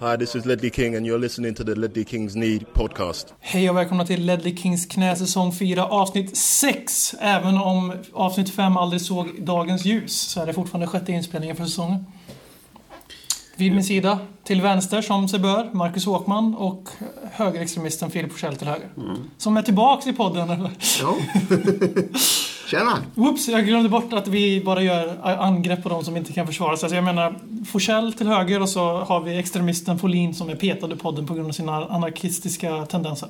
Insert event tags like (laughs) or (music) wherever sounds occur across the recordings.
Hi, this is Ledley King and you're listening to the Ledley Kings Need podcast. Hej och välkomna till Ledley Kings knä säsong 4 avsnitt 6. Även om avsnitt 5 aldrig såg dagens ljus så är det fortfarande sjätte inspelningen för säsongen. Vid min sida, till vänster som sig bör, Marcus Håkman och högerextremisten Filip Forsell till höger. Som är tillbaks i podden. (laughs) eller? (laughs) Ja. Tjena! Whoops, jag glömde bort att vi bara gör angrepp på de som inte kan försvara sig. Så jag menar, Forsell till höger och så har vi extremisten Folin som är petad i podden på grund av sina anarkistiska tendenser.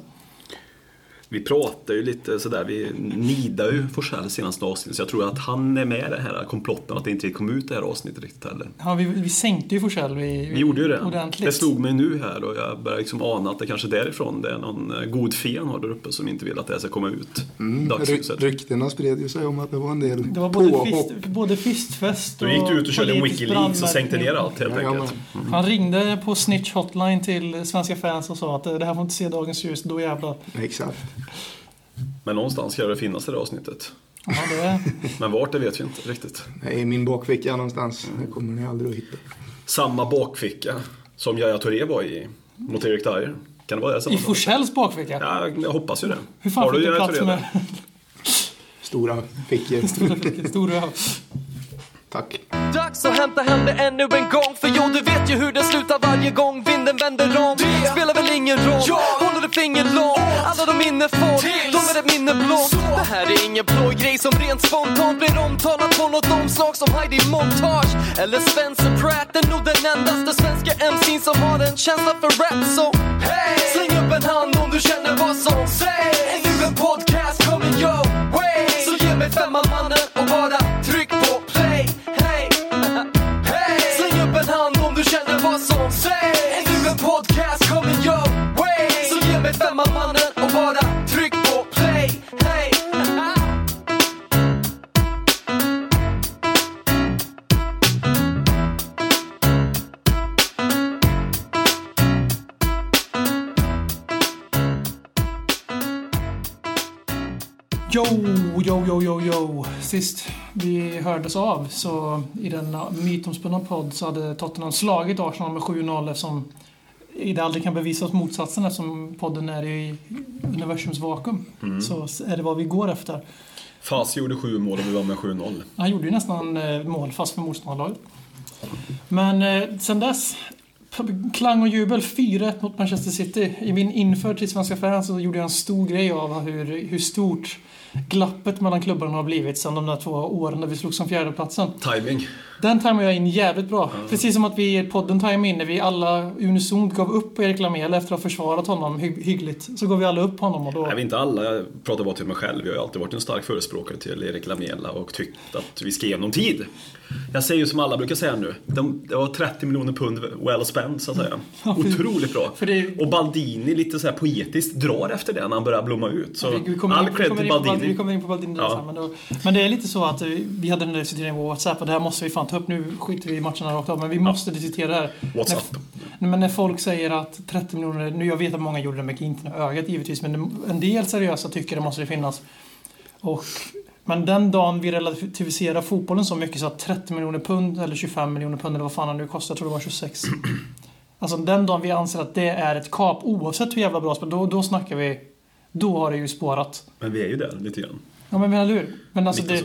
Vi pratar ju lite sådär, vi nidar ju Forsell senaste avsnittet så jag tror att han är med i det här komplotten att det inte kom ut det här avsnittet riktigt heller. Ja, vi, vi sänkte ju Forsell vi, Vi gjorde ju det. Mm, ordentligt. Det slog mig nu här och jag börjar liksom ana att det kanske är därifrån det är någon eh, god fe han har där uppe som inte vill att det här ska komma ut i dagsljuset. Mm. Ry- ryktena spred ju sig om att det var en del Det var både, påhopp. fist, både fistfest och Då gick du ut och körde en politisk Wikileaks och sänkte brandmärkning. ner allt helt Jajamän. enkelt. Han ringde på Snitch Hotline till svenska fans och sa att det här får inte se dagens ljus, då jävlar. Exakt. Men någonstans ska det finnas i det här avsnittet. Ja, det, (laughs) Men vart det vet vi inte riktigt. Det är i min bakficka någonstans. Det kommer ni aldrig att hitta. Samma bakficka som Yahya Touré var i mot Eric Dyer. Kan det vara det samma? I Forsells bakficka? Ja, jag hoppas ju det. Hur fan fick du Yahya plats Touré där? med (laughs) Stora fickor. stora öl? Tack. Dags att hämta hem det ännu en gång För jo, du vet ju hur det slutar varje gång vinden vänder om Spelar väl ingen roll, håller ett finger långt Alla de minne får, de är ett minne blått Det här är ingen blå grej som rent spontant blir omtalat på något omslag som Heidi Montage eller Spencer Pratt är nog den endaste svenska MC'n som har en känsla för rap så hey! släng upp en hand om du känner vad som sägs Är nu en podcast kommer your way Så ge mig femman mannen och bara tryck på play hey! (laughs) Hey! Släng upp en hand om du känner vad som sägs Är nu en podcast kommer your way Så ge mig femman mannen och bara tryck på play hey! (laughs) Yo, yo, yo, yo, yo. Sist vi hördes av så i den mytomspunna podd så hade Tottenham slagit Arsenal med 7-0 eftersom det aldrig kan bevisas motsatsen eftersom podden är i universums vakuum. Så är det vad vi går efter. Fasi gjorde sju mål och vi vann med 7-0. Han gjorde ju nästan eh, mål fast för motståndarlaget. Men eh, sen dess, p- klang och jubel 4-1 mot Manchester City. I min inför till Svenska fans så gjorde jag en stor grej av hur, hur stort glappet mellan klubbarna har blivit sen de där två åren när vi slog som fjärdeplatsen. Timing. Den tajmar jag in jävligt bra. Precis som att vi i podden tajmade in när vi alla unisont gav upp på Erik Lamela efter att ha försvarat honom hy- hyggligt. Så gav vi alla upp på honom och då... Nej, vi är inte alla. Jag pratar bara till mig själv. Jag har alltid varit en stark förespråkare till Erik Lamela och tyckt att vi ska ge honom tid. Jag säger ju som alla brukar säga nu. De, det var 30 miljoner pund well spent, så (laughs) att säga. Otroligt bra. För det- Och Baldini, lite så här poetiskt, drar efter det när han börjar blomma ut. Så Vi, vi kommer, all in, vi, cred kommer till in på Baldini. vi Baldini. kommer in på Baldini Ja. ja. men, då, men det är lite så att eh, vi hade den där diskussionen på Whatsapp och det här måste vi fan ta upp. Nu skiter vi i matcherna rakt av men vi måste diskutera det här. Whatsapp. När, men när folk säger att 30 miljoner, nu jag vet att många gjorde det med glimten i ögat givetvis men en del seriösa tycker det måste det finnas. Och, men den dagen vi relativiserar fotbollen så mycket så att 30 miljoner pund eller 25 miljoner pund eller vad fan det nu kostar, jag tror det var 26. (clears throat) Alltså den dagen vi anser att det är ett kap oavsett hur jävla bra spel, då, då snackar vi, då har det ju spårat. Men vi är ju där lite grann. Ja men menar du? Men alltså Lite det, så.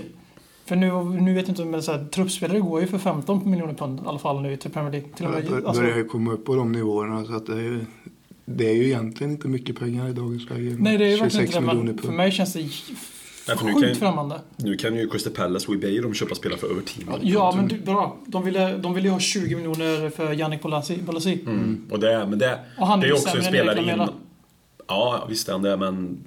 för nu, nu vet jag inte, men så här, truppspelare går ju för 15 miljoner pund i alla fall nu till Premier League. Till och Jag med, bör- alltså, börjar ju komma upp på de nivåerna. Så att det, är ju, det är ju egentligen inte mycket pengar i dagens läge. nej det är ju verkligen 26 inte det, miljoner men för pund. mig känns det Nej, för nu kan sjukt ju- främmande. Nu kan ju Crystal Palace och Ebay de köpa spelare för över 10 miljoner Ja pund. men du, bra, de ville, de ville ju ha 20 miljoner för Jannik Bolasi. Bolasi. Och det, är- men det, Och han det är är ju också en sämre än spelare Erik in... Lamela. Ja, visst är han det, men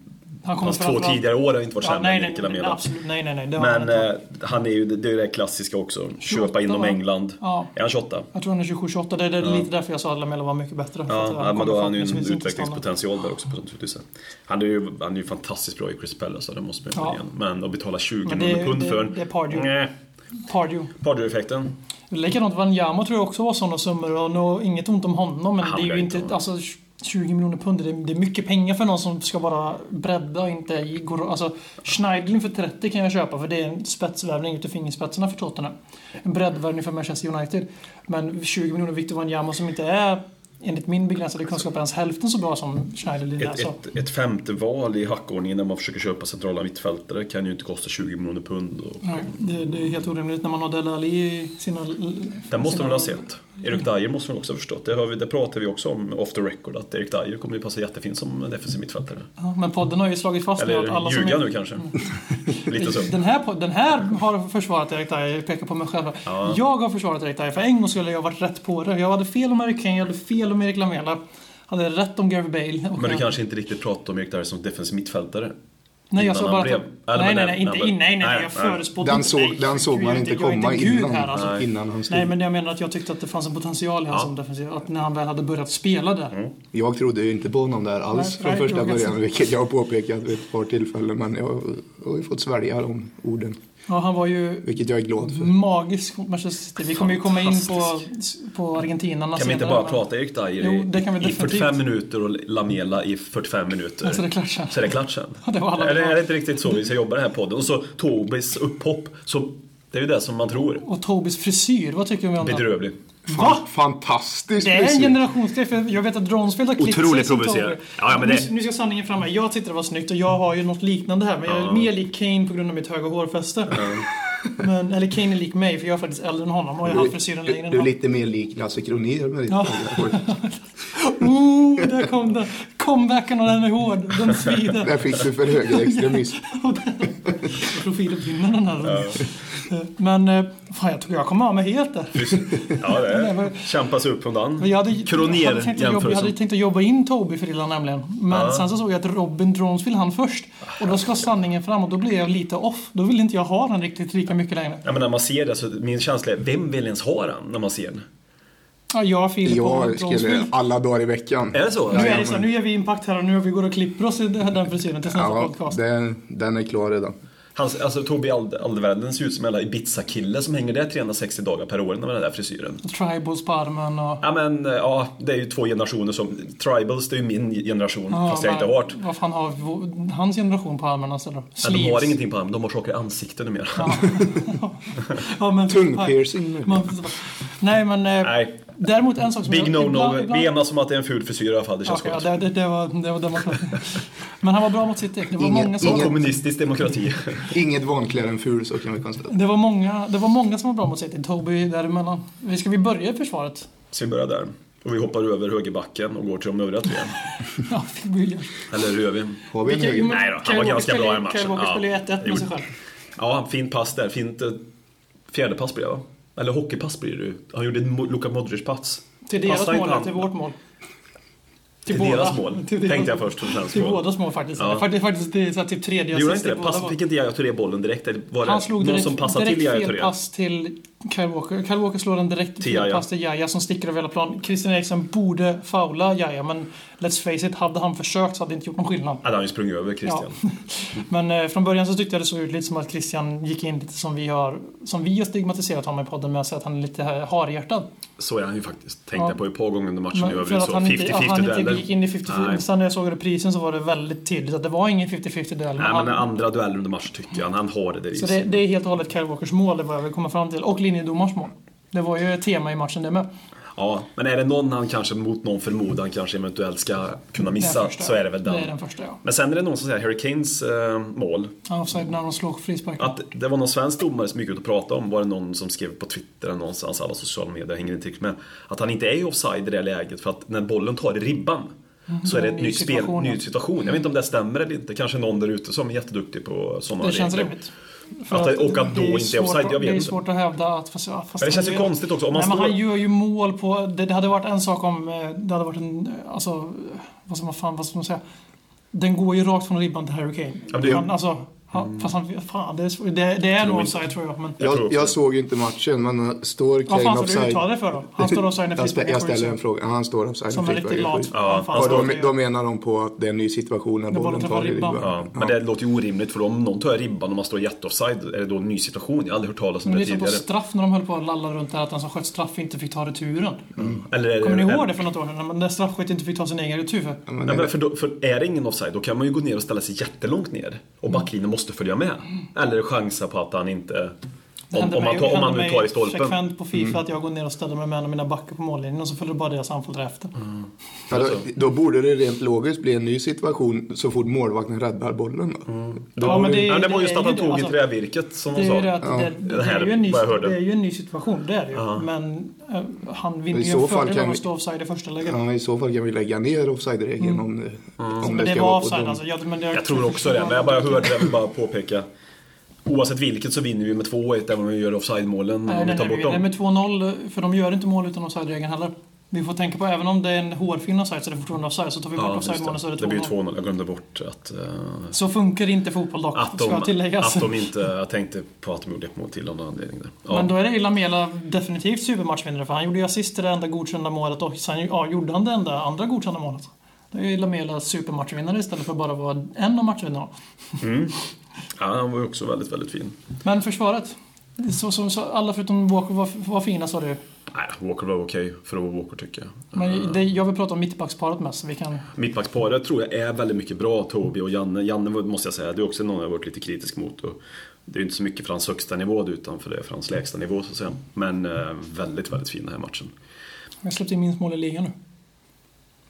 Han hans två framförallt- tidigare år har inte varit Ja, sämre nej, än nej, Erik nej, Lamela. absolut, nej, nej, nej. Det har han Men inte. eh, han är ju, det är ju det köpa 28, köpa inom va? England. Ja. Är han 28? Jag tror han är 27-28, det är det lite därför jag sa att Lamela var mycket bättre. För att eh, Ja, han liksom ja men då kommer har han ju en förhoppningsvis inte utvecklingspotential där också på sånt vis. Han är ju, han är ju fantastiskt bra i Chris Pella så det måste man ju Ja. ja. igen. Men att betala 20 Men det- miljoner pund det- för... det är Pardew. Nej, stanna. Pardew. Pardew-effekten. Likadant Wanyama tror jag också var sådana summor och nå, inget ont om honom men Han det är blir ju inte inte, av. alltså 20 miljoner pund, det är, det är mycket pengar för någon som ska bara bredda och inte i- går, alltså Schneidlin för 30 kan jag köpa för det är en spetsvärvning ut i fingerspetsarna för Tottenham. En breddvärvning för Manchester United. Men 20 miljoner Victor Wanyama som inte är enligt min begränsade kunskap ens hälften så bra som Schneiderlin. Ett, Alltså. ett, ett femte val i hackordningen när man försöker köpa centrala mittfältare kan ju inte kosta 20 miljoner pund. Och... Ja, det, det är helt orimligt när man har Dele Alli i sina... Den måste de sina- väl ha sett. Erik Dyer måste de också ha förstått. Det, har vi, det pratar vi också om off the record att Erik Dyer kommer ju passa jättefint som defensiv mittfältare. Ja, men podden har ju slagit fast nu Eller som ljuga är- Mm. nu kanske. (laughs) Lite så. Den här, pod- den här har försvarat Erik Dyer, jag pekar på mig själv. Jag har försvarat Erik Dyer, för en gång skulle jag ha varit rätt på det. Jag hade fel om Eric Kane, jag hade fel om Erik Lamela. Hade rätt om Gary Bale. Och Men du jag- kanske inte riktigt pratar om Erik Dyer som defensiv mittfältare. Nej, jag innan sa han bara blev- att... Eller nej, nej, men när- nej, inte när- in, nej, nej, nej, jag nej. förespådde Den inte- såg, nej, den såg gud, man jag är inte jag är komma gud innan, Här, alltså. nej. innan han stod. men jag menar att jag tyckte att det fanns en potential i han som defensiv, att när han väl hade börjat spela där. Mm. Jag trodde ju inte på honom där alls Nej, från nej, första jag vet. början, vilket jag har påpekat vid ett par tillfällen. Men jag har ju fått svälja de orden, Ja, han var ju vilket jag är glad Mm. för. magisk mot Manchester City. Vi kommer ju komma in på, på argentinarna Kan vi inte senare, bara men- prata Erik Dyer Alltså, Jo, i- det kan vi i definitivt. 45 minuter och Lamela i 45 minuter? Alltså, det är klart sen. Så är det klart sen. Ja, det var alla är, det, bra. är det inte riktigt så vi ska jobba i den här podden? Och så Tobis upphopp. Så det är ju det som man tror. Och Tobis frisyr, vad tycker vi om den? Bedrövlig. Va? Fan, fantastiskt! Det är en mysigt. generationsgrej, för jag vet att Dronsfield har klippt Otroligt sig som provocerande. Toby. Ja, ja, men det- Nu- Nu ska sanningen fram här. Jag tyckte det var snyggt och jag har ju något liknande här, men jag är mer lik Kane på grund av mitt höga hårfäste. Men, eller Kane är lik mig, för jag är faktiskt äldre än honom och jag har haft frisyren längre Du, än du är honom. lite mer lik Lasse Kronér med ditt Ja. hår. Oh, där kom den! Comebacken och den är hård. Den svider. Där fick du för högerextremism. (laughs) Och den- Profilen vinner den här. Men, eh, fan jag tror jag kommer av mig helt där. Ja, det (laughs) är. men- Kämpa sig upp undan. Men jag hade, Kroner jag hade tänkt att jobba, jag jämförelsen. hade tänkt att jobba in Toby Frilla nämligen. Men sen så såg jag att Robin Dronsvill han först. Och då ska sanningen fram och då blev jag lite off. Då vill inte jag ha den riktigt lika mycket längre. Ja, men när man ser det så min känsla är, vem vill ens ha den när man ser den? Ja, jag har Filip och Jag Dronsvill. skulle alla dagar i veckan. Är det så? Nu är det så, här, nu ger vi impact här och nu vi går och klipper oss i den den frisyren till nästa Ja, podcast. den, den är klar redan. Hans, alltså Tobi Ald- Alderweireld ser ut som en jävla Ibiza-kille som hänger där 360 dagar per år med den där frisyren. Tribals på armen och... Ja men eh, ja, det är ju två generationer som... Tribals, det är ju min generation, Ja, fast jag inte vad- har varit. Vad fan har vår- hans generation på armarna istället då? Ja, de har Sleeves. ingenting på armen, de har tjockare ansikten numera. Ja, men- Tungpiercing nu. Man- (laughs) Nej men... eh, (laughs) Nej. Däremot en sak som... Big jag- no-no. ibland- Vi ibland- enas om att det är en ful frisyr i alla fall, det känns Okej, skönt. ja, det, det, det var, det var demokrati. Men han var bra mot City. Det var Ingen- många Så som... ingen- kommunistisk demokrati. (laughs) Inget vanligare än ful, så kan vi konstatera. Det var, många, det var många som var bra mot City. Toby däremellan. Vi ska vi börja i (laughs) försvaret? Så vi börjar där. Och vi hoppar över högerbacken och går till de övriga tre. Ja, Phil Williams. Eller hur gör vi? Har vi en höger? Nej då, han Kyle var Walker ganska bra i spelar- matchen. Kyle Walker Ja. spelade ju 1-1 med sig själv. Ja, fint pass där. Fint eh, fjärde pass blir det va? Eller hockeypass blir det ju. Han gjorde ett Mo- Luka Modric-pass. Till deras Passade mål, inte eller han? till vårt mål. Till båda. deras mål, Till deras- tänkte jag först. och främst Till mål. bådas mål faktiskt. Ja. Det är faktiskt- faktiskt det är så här typ tredje Det gjorde han assist inte i det. båda Pass, mål. fick inte Yahya Touré bollen direkt? Eller Var det Han slog någon direkt, som passade direkt till Yahya fel Touré? pass till Kyle Walker. Kyle Walker slår en direkt Till fel Yahya. pass till Jaja som sticker över hela plan. Christian Eriksen borde faula Jaja men let's face it, hade han försökt så hade det inte gjort någon skillnad. Ja, det har han ju sprungit över Christian. (laughs) Men eh, från början så tyckte jag det såg ut lite som att Christian gick in lite som vi har, som vi har stigmatiserat honom i podden med att säga att han är lite eh, harhjärtad. Så är han ju faktiskt. Tänkte Ja. jag på ett par gånger under matchen i Men för övrigt. att Så han inte, att 50-50 han inte dueller. gick in i 50-50. Nej. Sen när jag såg reprisen så var det väldigt tydligt att det var ingen 50-50 duell. Nej, men den andra duellen under matchen tycker jag. Han har det där i Så sig. det, det är helt och hållet Kyle Walkers mål, det var jag vill komma fram till. Och linjedomarens mål. Det var ju ett tema i matchen det med. Ja, men är det någon han kanske mot någon förmodan kanske eventuellt ska kunna Det missa är första. så är det väl den. Det är den första, ja. Men sen är det någon som säger Harry Kanes eh, mål. Ja, Offside när de slog frisparken. Att det var någon svensk domare som gick ut och pratade om, var det någon som skrev på Twitter eller någonstans, alla sociala medier jag hänger inte riktigt med. Att han inte är offside i det läget för att när bollen tar i ribban så är det det är ett en ny nytt spel, Mhm. situation. ny situation. Jag vet inte om det stämmer eller inte. Kanske någon där ute som är jätteduktig på sådana det känns regler. rimligt. För Att, och att det då är inte är svårt- offside, jag Det är vet inte. svårt att hävda att... Fast, ja, fast Men det känns ju han konstigt också, om Nej, man men han står- gör ju mål på... Det, det hade varit en sak om... eh, Det hade varit en... eh, Alltså... Vad ska man, fan, vad ska man säga? Den går ju rakt från ribban till Harry Kane. Ja, det gör- han, alltså, han, Mm. Fast han... Fan, det är, svårt. det, det är nog inte. offside tror jag. Men, Jag tror Jag, också jag det. såg ju inte matchen, men står vad Kane fan ska du offside? uttala dig för då? Han står offside när Jag, stä- frisparken jag går ut, ställer så- en fråga. Han står offside. Som en riktigt Frisparken. lat Ja, fan, Och ska då, du göra? då menar de på att det är en ny situation när bollen bollen träffar tar i ribban. ribban. Ja, men det låter ju orimligt för om någon tar i ribban och man står jätteoffside, är det då en ny situation? Jag har aldrig hört talas om Men det det är som på tidigare. straff när de höll på att lalla runt där att den som sköt straff inte fick ta returen. Eller är Mm. det- Mm. Kommer ni eller- ihåg det för något år sedan? När- När straffskytt inte fick ta sin egen retur för? Ja, men Nej, det- men för, då, för är det ingen offside, då kan man ju gå ner Mm. och ställa sig jättelångt ner. Och backlinjen måste följa med. Eller chansa på att han inte... Det Om- händer om man mig- tar- om händer man nu mig tar i stolpen. frekvent på Mm. Fifa att jag går ner och ställer mig med en av mina backar på mållinjen och så följer bara deras anfall efter. Mm. Ja, då, Alltså, då borde det rent logiskt bli en ny situation så fort målvakten räddar bollen. Då. Mm. Då Ja, men borde- det- Ja, det var det just är att han ju- tog alltså, i trävirket som Det de är, sa. ju det, att det, det, Det här är ju en ny, vad jag hörde. det är ju en ny situation, det är det ju. Men eh, han vinner I ju så en fall fördel kan av vi- att stå offside i första läget. Ja, I så fall kan vi lägga ner offside-regeln om, det- om Mm. Men det det ska var vara på offside dem. alltså. Jag, men det, Jag tror också det, men jag bara hörde det och bara påpeka. Oavsett vilket så vinner vi med 2-1 även om vi gör offside-målen Nej, om vi nej, tar nej, bort vi vinner dem. med 2-0, för de gör inte mål utan offside-regeln heller. Vi får tänka på, även om det är en hårfin offside så är det fortfarande offside, så tar vi bort Ja, just offside-målen så är det. det det blir ju 2-0. 2-0. Jag glömde bort att, eh, Så funkar inte fotboll dock, att, ska jag de, tilläggas. att de inte... Jag tänkte på att de gjorde ett mål till av någon anledning. Där. Men Ja. då är det Lamela definitivt supermatchvinnare, för han gjorde ju assist till det enda godkända målet och sen ja, gjorde han det enda andra godkända målet. Då är ju Lamela supermatchvinnare istället för att bara vara en av matchvinnarna. ja, han var ju också väldigt, väldigt fin. Men försvaret. Det är Så, som så, alla förutom Walker var, var fina sa du. Nej, Walker var okej för att vara Walker tycker jag. Men det, jag vill prata om mittbacksparet mest. så Vi kan, Mittbacksparet tror jag är väldigt mycket bra, Tobi och Janne. Janne måste jag säga, det är också någon jag har varit lite kritisk mot. Och det är ju inte så mycket för hans högsta nivå utan för det för hans lägsta nivå så att säga. Men eh, väldigt, väldigt fin den här matchen. jag släppte in minst mål i ligan nu.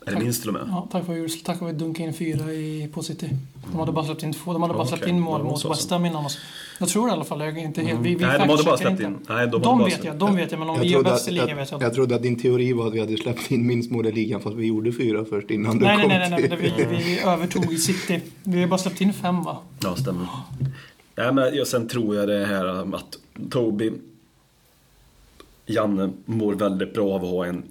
Eller minst till och med. Ja, tack vare tack vare att vi dunkade in fyra i, på City. De hade bara släppt in två. De hade bara Mm. Okej, släppt in mål det var mot så West alltså. Ham innan oss. Jag tror det i alla fall. Jag är inte helt, vi, vi Nej, de hade bara fact-checkar släppt inte. in. Nej, de hade de bara vet släppt- jag, de vet jag. Men om Jag vi är trodde, bäst att, i ligan vet jag jag, inte. jag trodde att din teori var att vi hade släppt in minst mål i ligan fast vi gjorde fyra först innan du Nej, nej, kom nej, nej, till... nej. Vi, vi övertog City. Vi har bara släppt in fem va? Ja, stämmer. Ja, men jag, sen tror jag det här att Tobi, Janne mår väldigt bra av att ha en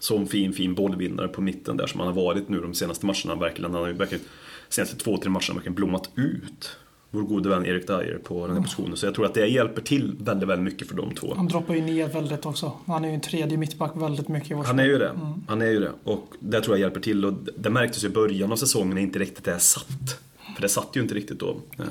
sån fin, fin bollvinnare på mitten där som han har varit nu de senaste matcherna. Verkligen, han har ju verkligen, senaste två, tre matcherna verkligen blommat ut. Vår gode vän Erik Dyer på den här positionen. Så jag tror att det hjälper till väldigt, väldigt mycket för de två. Han droppar ju ner väldigt också. Han är ju en tredje mittback väldigt mycket i vår Han är ju det. Mm. Han är ju det. Och det tror jag hjälper till. Och det märktes ju i början av säsongen när inte riktigt det här satt. För det satt ju inte riktigt då. Eh,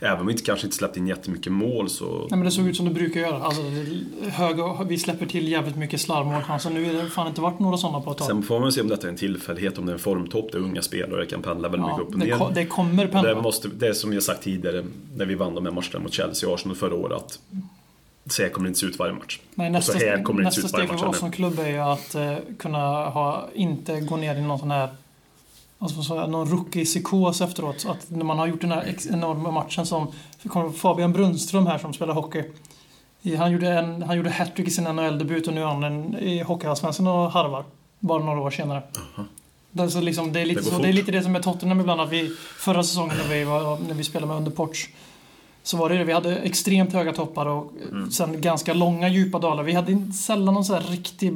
Även om vi inte, kanske inte släppte in jättemycket mål så... Nej men det såg ut som det brukar göra. Alltså, det- höga, vi släpper till jävligt mycket slarvmålchanser. Nu har det fan inte varit några sådana på ett tag. Sen får man se om detta är en tillfällighet, om det är en formtopp där unga spelare kan pendla väldigt Ja, mycket upp och det, ner. ko- det kommer Och Det, pendla. måste, det är som jag sagt tidigare när vi vann de här matcherna mot Chelsea och Arsenal förra året. Att så här kommer det inte se ut varje match. Nej, nästa och så här steg, kommer det inte nästa se steg ut varje för oss match. som klubb är ju att eh, kunna ha, inte gå ner i någon sån här Alltså så, någon rookie-psykos efteråt. Så Att när man har gjort den här ex- enorma matchen som så kommer Fabian Brunström här som spelar hockey. I- Han gjorde, en- han gjorde hattrick i sin NHL-debut och nu är han en, i Hockeyallsvenskan och harvar. Bara några år senare. Det, är så liksom, det, är lite Det går så, fort. det är lite det som är Tottenham ibland. Att vi, förra säsongen när vi, var, när vi spelade med Underports så var det det. Vi hade extremt höga toppar och eh, Mm. sen ganska långa djupa dalar. Vi hade in- sällan någon sån här riktig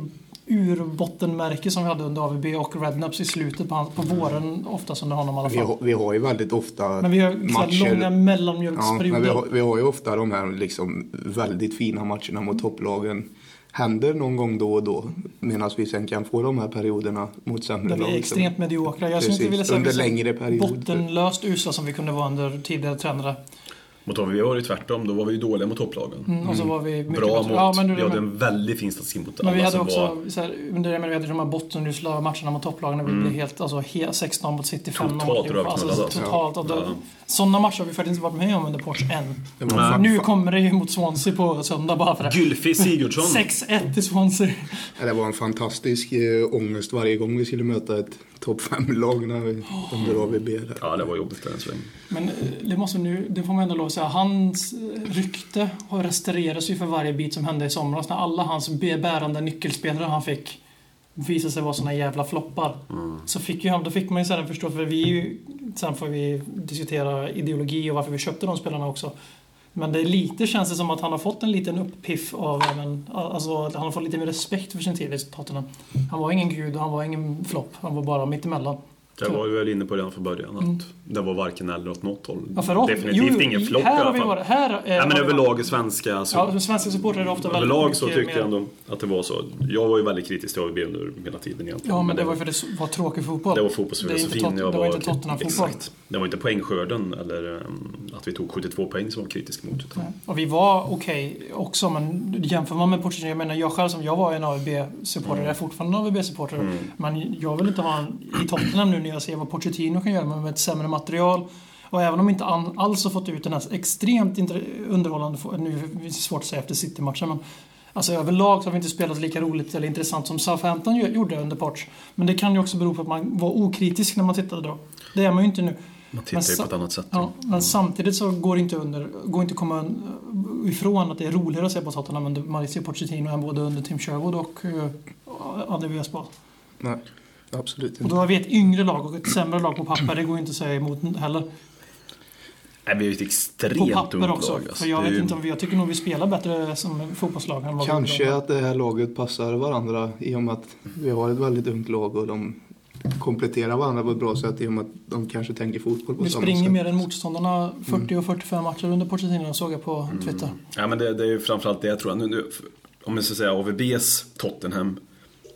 urbottenmärke som vi hade under AVB och Rednaps i slutet på, hans- på våren, oftast under honom i alla Vi fall. har, vi har ju väldigt ofta Men vi har så här matcher... långa ja, men vi, mellanmjölksperioder. har, vi har ju ofta de här liksom väldigt fina matcherna mot topplagen. Händer någon gång då och då. Medan vi sen kan få de här perioderna mot sämre Där vi är lag. som- extremt mediokra. Jag skulle inte Precis, vilja säga att vi under är så längre perioder. bottenlöst usla som vi kunde vara under tidigare tränare. Mot dem, vi var det ju tvärtom, då var vi ju dåliga mot topplagen. Mm. Och så var vi mycket Bra bättre. mot, Ja, men, du, vi hade men, en väldigt fin statistik mot men vi hade alla som också, var... Mm. så här, under det men vi hade de här bottenusla matcherna mot topplagen när vi blev helt, alltså he, 16 mot City, 5 mot Totalt Liverpool. Alltså, rövknullade, alltså. totalt. Och då, Ja. Sådana matcher har vi faktiskt inte varit med om under Porsche än. Det var Nu en, fa- kommer det ju mot Swansea på söndag bara för det. Gylfi Sigurdsson. 6-1 till Swansea. fa- det var en fantastisk eh, ångest varje gång vi skulle möta ett topp 5-lag när vi, under AVB. Där. Ja, det var jobbigt där en sväng. Men eh, det måste nu, det får man ändå lov att säga, hans eh, rykte har restaureras ju för varje bit som hände i somras när alla hans be- bärande nyckelspelare han fick visade sig vara såna jävla floppar. Så fick ju han, då fick man ju sedan förstå, för vi är ju, sen får vi diskutera ideologi och varför vi köpte de spelarna också. Men det är lite, känns det som att han har fått en liten upppiff av, även, alltså att han har fått lite mer respekt för sin tid i Tottenham. Han var ingen gud och han var ingen flopp, han var bara mittemellan. Jag var ju väl inne på redan från början att det var varken eller åt något håll. Mm. Ja, för oss- Definitivt jo, ingen flopp i här har alla vi fall. varit- Här, eh, Nej, har men vi varit- överlag i svenska så... Ja, som svenska supportrar är ofta väldigt Överlag så mycket tyckte jag mer- ändå att det var så. Jag var ju väldigt kritisk till AVB under hela tiden egentligen. Ja, men det var ju för det var tråkig fotboll. det var Det, är fotbollsfilosofin. inte tot- jag det var inte Tottenham-fotboll. Exakt. Det var inte poängskörden eller ehm, att vi tog 72 poäng som var kritisk mot. Utan Nej. Och vi var okej också, men jämför man med Portugal, jag menar jag själv som jag var en AVB-supporter, jag är fortfarande en AVB-supporter, men jag vill inte ha en i Tottenham nu när jag ser vad Pochettino kan göra med ett sämre material. Och även om inte an- alls har fått ut den här extremt inter- underhållande, fo- nu är det svårt att säga efter City-matchen, men alltså överlag så har vi inte spelat lika roligt eller intressant som Southampton ju- gjorde under Potch. Men det kan ju också bero på att man var okritisk när man tittade då. Det är man ju inte nu. Man tittar ju sa- på ett annat sätt. Ja, men samtidigt så går det inte, under, går inte att komma un- ifrån att det är roligare att se på Tottenham under Mauricio Pochettino än både under Tim Sherwood och uh, Adde Villas-Boas. Nej, absolut Och inte. då har vi ett yngre lag och ett sämre lag på papper, det går ju inte att säga emot heller. Nej, vi är ju ett extremt På ungt papper lag, också. alltså. För jag Det är vet ju- inte om vi, jag tycker nog vi spelar bättre som fotbollslag än vad vi Kanske gjorde. att det här laget passar varandra i och med att vi har ett väldigt ungt lag och de kompletterar varandra på ett bra sätt i och med att de kanske tänker fotboll på Vi samma springer sätt. mer än motståndarna 40 och 45 matcher under Pochettino, såg jag på Mm. Twitter. Ja, men det, det är ju framförallt det jag tror. Nu, nu, om man ska säga AVBs Tottenham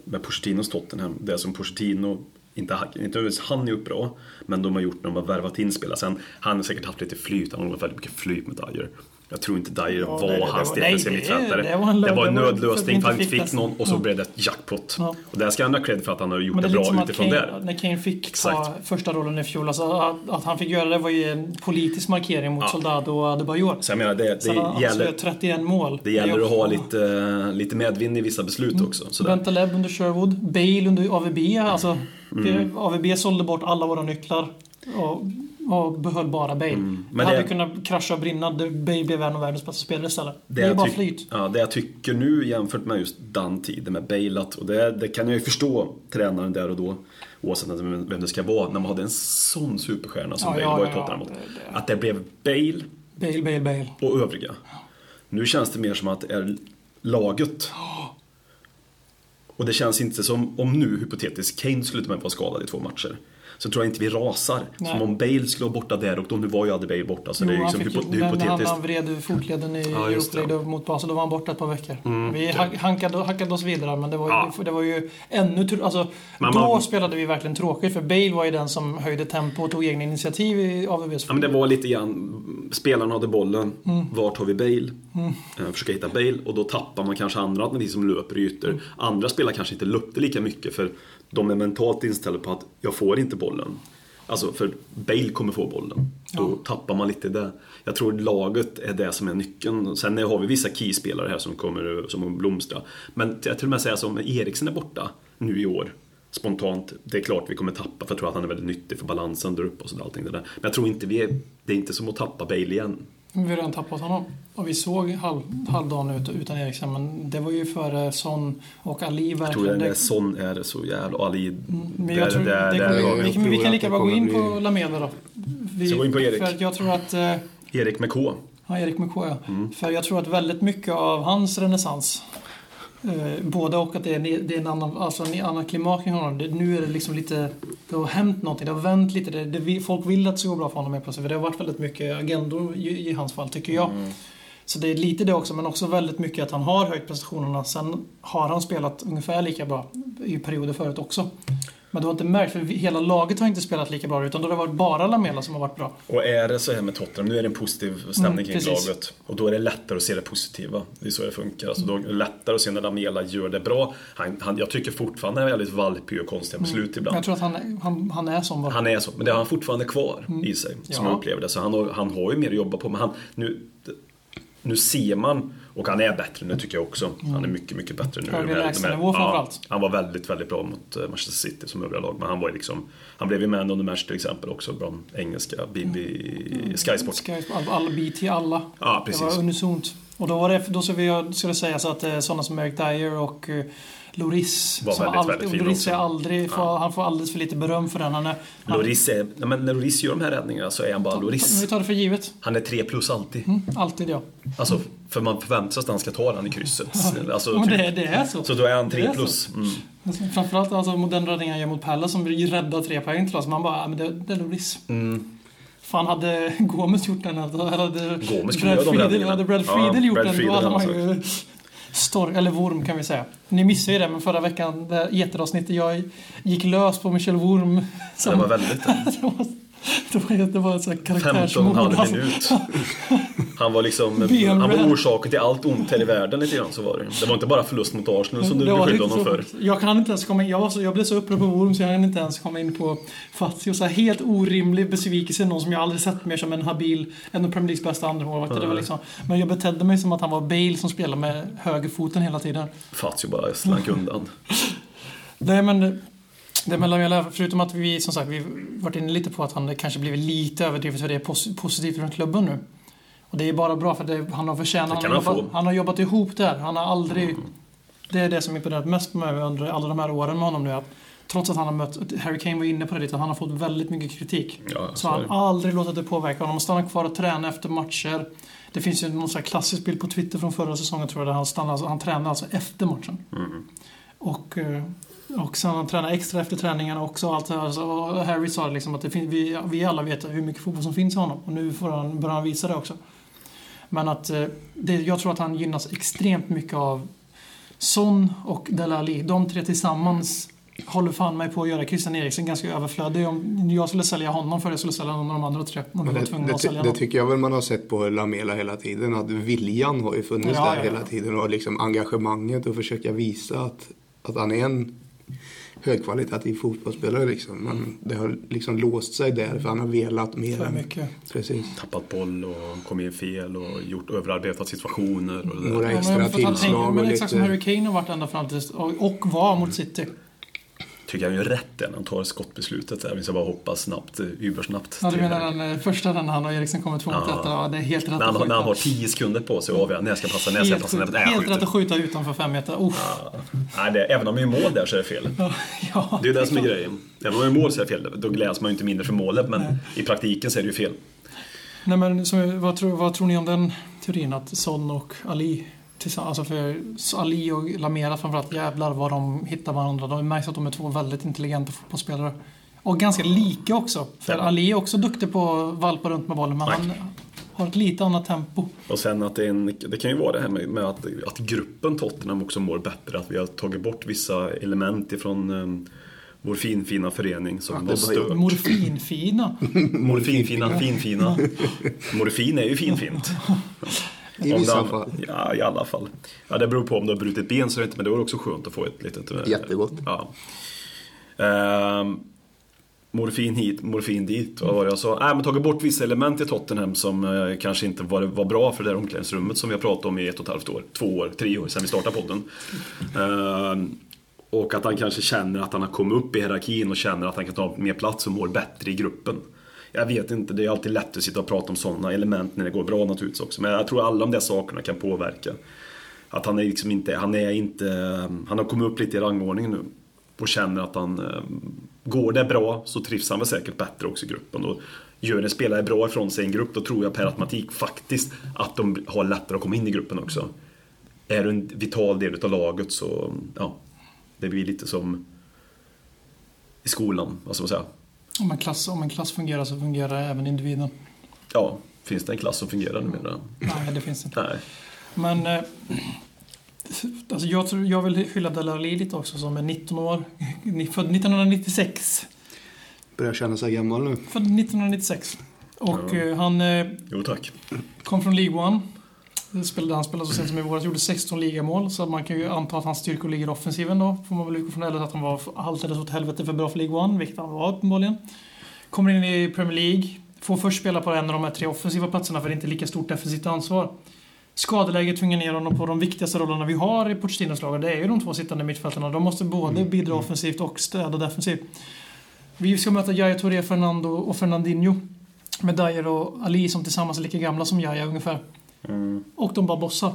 med Pochettinos Tottenham. Det som Pochettino, inte, han- inte ens han är gjort bra, men de har gjort när de har värvat in spelare. Sen, han har säkert haft lite flyt, han har haft väldigt mycket flyt med Dyer. Jag tror inte Dyer var det- det hans var- defensiva nej, det- mittfältare. det var en lö- Det var en det var- nödlösning för han inte inte fick fick någon och så blev det ett jackpot. Ja. Och där ska han ha cred för att han har gjort Men det, det är lite som bra att utifrån Kane, det. när Kane fick ta Exakt. första rollen i fjol. Alltså att, att han fick göra det var ju en politisk markering mot Ja. Soldado och Adebayor. Så jag menar, det, Sen han det gäller, gäller, 31 mål. det gäller är att ha också- lite, lite medvind i vissa beslut Mm. också. Så där. Benta Lebb under Sherwood, Bale under AVB. Alltså, det, Mm. AVB sålde bort alla våra nycklar och, och behöll bara Bale. Mm. Men hade det- kunnat krascha och brinna. det- Bale blev en av världens bästa spelare istället. Det, är jag bara tyck- flyt. Ja, det jag tycker nu jämfört med just den tiden med Bale att- och det, det kan jag ju förstå tränaren där och då, oavsett vem vem det ska vara, när man hade en sån superstjärna som Ja, Bale ja, var i ja, ja. Tottenham mot. Det- det- Att det blev Bale Bale, Bale, Bale. och övriga. Nu känns det mer som att det är laget. Och det känns inte som, om nu hypotetiskt, Kane skulle med vara skadad i två matcher. Så tror jag inte vi rasar. Nej. Som om Bale skulle vara borta där och då, nu var ju aldrig Bale borta så Jo, det är han liksom fick hypo- ju- det är men han, hypotetiskt. han vred fotleden i Ja, just det. Mm. Europa League mot Basel. Då var han borta ett par veckor. vi ha- hankade, hackade oss vidare, men det var, Ja. ju, det var ju ännu... tr- Alltså, Men då man- spelade vi verkligen tråkigt, för Bale var ju den som höjde tempo och tog egna initiativ i AVBs Ja, men det var lite grann, spelarna hade bollen, vart har vi Bale? Eh, Försöka hitta Bale och då tappar man kanske andra alternativ som löper i ytor. Andra spelare kanske inte löpte lika mycket för de är mentalt inställda på att jag får inte bollen. Alltså för Bale kommer få bollen. Då tappar man lite det. Jag tror laget är det som är nyckeln. Sen har vi vissa key-spelare här som kommer eh, som att blomstra. Men jag till och med säga som Eriksen är borta nu i år spontant, det är klart vi kommer tappa för jag tror att han är väldigt nyttig för balansen där uppe och sådär, allting det där. Men jag tror inte vi är, det är inte som att tappa Bale igen. Vi har redan tappat honom. Och vi såg halv, halvdagen ut utan Eriksen, men det var ju före Son och Ali Jag tror verkligen. att Det- Mm, det, Son är så jävla... och Ali, men där, jag tror, där, där har det, vi, vi. vi, vi kan tror lika att bra det gå in kommer på Lamela då. Vi, Ska vi gå in på Erik? För att jag tror att... eh, Erik med K. Ja, Erik med K, ja. För jag tror att väldigt mycket av hans renässans eh, Både och att det är, en- det är en annan, alltså en annan klimat kring honom. Det, nu är det liksom lite... Det har hänt någonting, det har vänt lite. Det, det, vi- folk vill att det ska gå bra för honom helt plötsligt. För det har varit väldigt mycket agendor i, i hans fall, tycker jag. Så det är lite det också, men också väldigt mycket att han har höjt prestationerna. Sen har han spelat ungefär lika bra i perioder förut också. Men du har inte märkt, för vi- hela laget har inte spelat lika bra utan då har det varit bara Lamela som har varit bra. Och är det så här med Tottenham, nu är det en positiv stämning Mm, kring precis. laget. Och då är det lättare att se det positiva. Det är så det funkar. Alltså, då är det lättare att se när Lamela gör det bra. Han, han, jag tycker fortfarande han är väldigt valpig och konstiga beslut Men ibland. jag tror att han, han, han är som bara. Han är så, men det har han fortfarande kvar i sig. Som Mm. Ja. jag upplever det. Så han har, han har ju mer att jobba på. Men han, nu, nu ser man, och han är bättre nu tycker jag också. Mm. Han är mycket, mycket bättre nu. Högre De här- de här- lägstanivå framförallt. Han var väldigt, väldigt bra mot eh, Manchester City som övriga lag. Men han var ju liksom, han blev ju man on the match till exempel också. Bland engelska, BB, Mm. Sky Sports. Ska all, all bit till alla. Ja, precis. Det var unisont. Och då, var det, då ska, vi, ska det sägas att eh, sådana som Eric Dyer och eh, Loris. Var som väldigt, väldigt fina Loris är också. aldrig, får, han får alldeles för lite beröm för den. Han är, han, Loris är, nej, men när Loris gör de här räddningarna så är han bara Vi Loris. tar det för givet. Han är tre plus alltid. Mm. Alltid ja. Alltså, för man förväntar sig att han ska ta den i krysset. Alltså, Men typ. det, det är så. Så då är han Det tre är så. plus. Mm. Alltså, Framförallt alltså, mot den räddningen han gör mot Pelle som räddar tre poäng till oss. Man bara, "Ah, men det, det är Loris. Mm. Fan, hade Gomes gjort den här, hade Gomes kunde Brad göra de Friedel, räddningarna. hade Brad Ja, Friedel gjort Brad den, då Friedel hade man hade ju... Storm, eller Worm kan vi säga. Ni missade ju det, men förra veckan, det här jätteavsnittet, jag gick lös på Michel Worm. Det var (laughs) väldigt... Det var- Det var, det var ett sånt här 15 karaktärsmord. halv alltså. minut. Han (laughs) var liksom BM han var Ren. orsaken till allt ont här i världen lite grann så var det ju. Det var inte bara förlust mot Arsenal som du Mm, Det var beskyllde lite honom så. för. Jag kan inte ens komma in, jag, var så, jag blev så upprörd på Worm så jag kan inte ens komma in på Fazio. Så här, helt orimlig besvikelse, någon som jag aldrig sett mer som en habil, en av Premier Leagues bästa andremålvakter. Det var liksom, men jag betedde mig som att han var Bale som spelade med högerfoten hela tiden. Fazio bara slank undan. Nej men det- det Mellamela, förutom att vi som sagt vi varit inne lite på att han kanske blivit lite överdrivet för det är pos- positivt från klubben nu. Och det är bara bra för det, han har förtjänat, Det han, kan har han jobbat- få. han har jobbat ihop det här. Han har aldrig, det är det som imponerat mest på mig under alla de här åren med honom nu. Att trots att han har mött, Harry Kane var inne på det lite, att han har fått väldigt mycket kritik. Ja, alltså, så så är han det. har aldrig låtit det påverka honom. Han stannar kvar och tränar efter matcher. Det finns ju någon sån här klassisk bild på Twitter från förra säsongen tror jag, där han, stannar, alltså, han tränar alltså efter matchen. Och, eh, och sen han tränar extra efter träningarna också. och Allt det här. Så, och Harry sa liksom att det fin- vi, vi alla vet hur mycket fotboll som finns i honom. Och nu får han, börjar han visa det också. Men att eh, det, jag tror att han gynnas extremt mycket av Son och Delali. De tre tillsammans håller fan mig på att göra Christian Eriksen ganska överflödig. Om jag skulle sälja honom för det skulle jag sälja någon av de andra tre. Om jag Men var det, tvungen det, att sälja ty- det någon. tycker jag väl man har sett på Lamela hela tiden. Att viljan har ju funnits Ja, där ja, ja. hela tiden. Och liksom engagemanget och försöka visa att, att han är en högkvalitativ fotbollsspelare. Liksom. Men det har liksom låst sig där för han har velat mer. För än- mycket. Precis. Tappat boll och kommit in fel och gjort överarbetat situationer och det Några där. ex- Ja, men extra för att han tillslag tänker- och Men exakt som lite- Mm. Harry Kane har varit ända fram till och, och var mot City. Tycker han ju rätt där när han tar skottbeslutet. där. Vi ska bara hoppa snabbt, eh, übersnabbt. Ja, du till- menar den eh, första den han och Eriksen kommer två mot Ja. ett? Ja, det är helt rätt när han, att har- när han har skjuta. 10 sekunder på sig att avgöra när jag ska passa, när jag ska Helt, passa, när jag sjukt. ska passa. helt rätt att skjuta utanför fem meter. Uff. Nej, det, även om det är mål där så är det fel. (laughs) Ja. Det är det som är grejen. Även om det är mål så är det fel. Då gläds man ju inte mindre för målet, men i praktiken så är det ju fel. Nej, men, som, vad, tror, vad tror ni om den teorin att Son och Ali tillsammans, alltså för Ali och Lamela framförallt, jävlar vad de hittar varandra. De märks att de är två väldigt intelligenta fotbollsspelare. Och ganska lika också. För Ja. Ali är också duktig på att valpa runt med bollen, men Nej. han har ett lite annat tempo. Och sen att det, är en, det kan ju vara det här med, med att, att gruppen Tottenham också mår bättre. Att vi har tagit bort vissa element ifrån um, vår finfina förening som var det var ju- stört. Morfinfina. Morfinfina, finfina. Morfin är ju finfint. I Om vissa det- fall. Ja, i alla fall. Ja, det beror på om du har brutit ben så är det inte, men det var också skönt att få ett litet... eh, Jättegott. Ja. Ehm, morfin hit, morfin dit. Vad var det jag sa? Nej, men tagit bort vissa element i Tottenham som eh, kanske inte var, var bra för det där omklädningsrummet som vi har pratat om i ett och ett halvt år. Två år, tre år sedan vi startade podden. Ehm, och att han kanske känner att han har kommit upp i hierarkin och känner att han kan ta mer plats och mår bättre i gruppen. Jag vet inte, det är alltid lätt att sitta och prata om sådana element när det går bra naturligtvis också. Men jag tror alla de där sakerna kan påverka. Att han är liksom inte, han är inte, han har kommit upp lite i rangordningen nu. Och känner att han, eh, går det bra så trivs han väl säkert bättre också i gruppen. Och gör en spelare bra ifrån sig i en grupp, då tror jag per automatik faktiskt att de har lättare att komma in i gruppen också. Är du en vital del av laget så, ja, det blir lite som i skolan, vad ska man säga? Om en, klass, om en klass fungerar så fungerar även individen. Ja, finns det en klass som fungerar numera? Nej, det finns inte. Nej. Men eh, alltså jag, tror, jag vill hylla Delali lite också som är 19 år. Ni- Född 1996. Börjar känna sig gammal nu. Född 1996. Och eh, han eh, Jo tack. kom från League One. Spelade, han spelade så sent som i våras, gjorde 16 ligamål. Så man kan ju anta att hans styrkor ligger i offensiven då. Får man väl utgå från. Eller att han var alldeles åt helvete för bra för League One, vilket han var uppenbarligen. Kommer in i Premier League. Får först spela på en av de här tre offensiva platserna för det är inte lika stort defensivt ansvar. Skadeläget tvingar ner honom på de viktigaste rollerna vi har i Pochettinos lag och det är ju de två sittande mittfältarna. De måste både bidra offensivt och städa defensivt. Vi ska möta Jaya Touré, Fernando och Fernandinho. Med Dyer och Ali som tillsammans är lika gamla som Jaya ungefär. Mm. Och de bara bossar.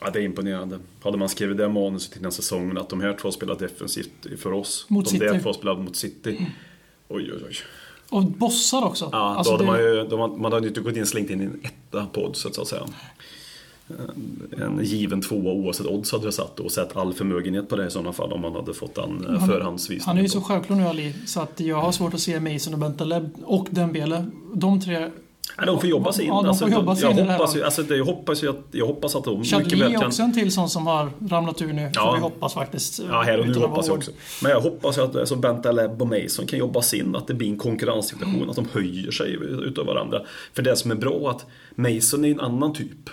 Ja, det är imponerande. Hade man skrivit det manuset innan säsongen att de här två spelar defensivt för oss. Mot de City. Mm. där två spelar mot City. Oj, oj, oj. Och bossar också. Ja, Alltså, då hade det- man ju, då man, man hade ju inte gått in och slängt in en etta på oddset så att säga. En given tvåa oavsett odds hade jag satt och sett all förmögenhet på det i sådana fall om man hade fått eh, den Han- förhandsvisningen. Han är ju på. så självklar nu Ali, så att jag har svårt att se Mason och Bentaleb och Dembele. De tre Nej, de får jobba sig in. Ja, de får alltså, jobba sig jag, in i det här hoppas, ju- då. alltså, det- jag, hoppas ju att, jag hoppas att de mycket Chadli väl är kan... också en till sån som har ramlat ur nu, Ja. får vi hoppas faktiskt. Ja, här och nu Utan att hoppas vara jag också. Men jag hoppas ju att alltså, Benta Leb och Mason kan jobba sin, att det blir en konkurrenssituation, Mm. att de höjer sig utav varandra. För det som är bra är att Mason är en annan typ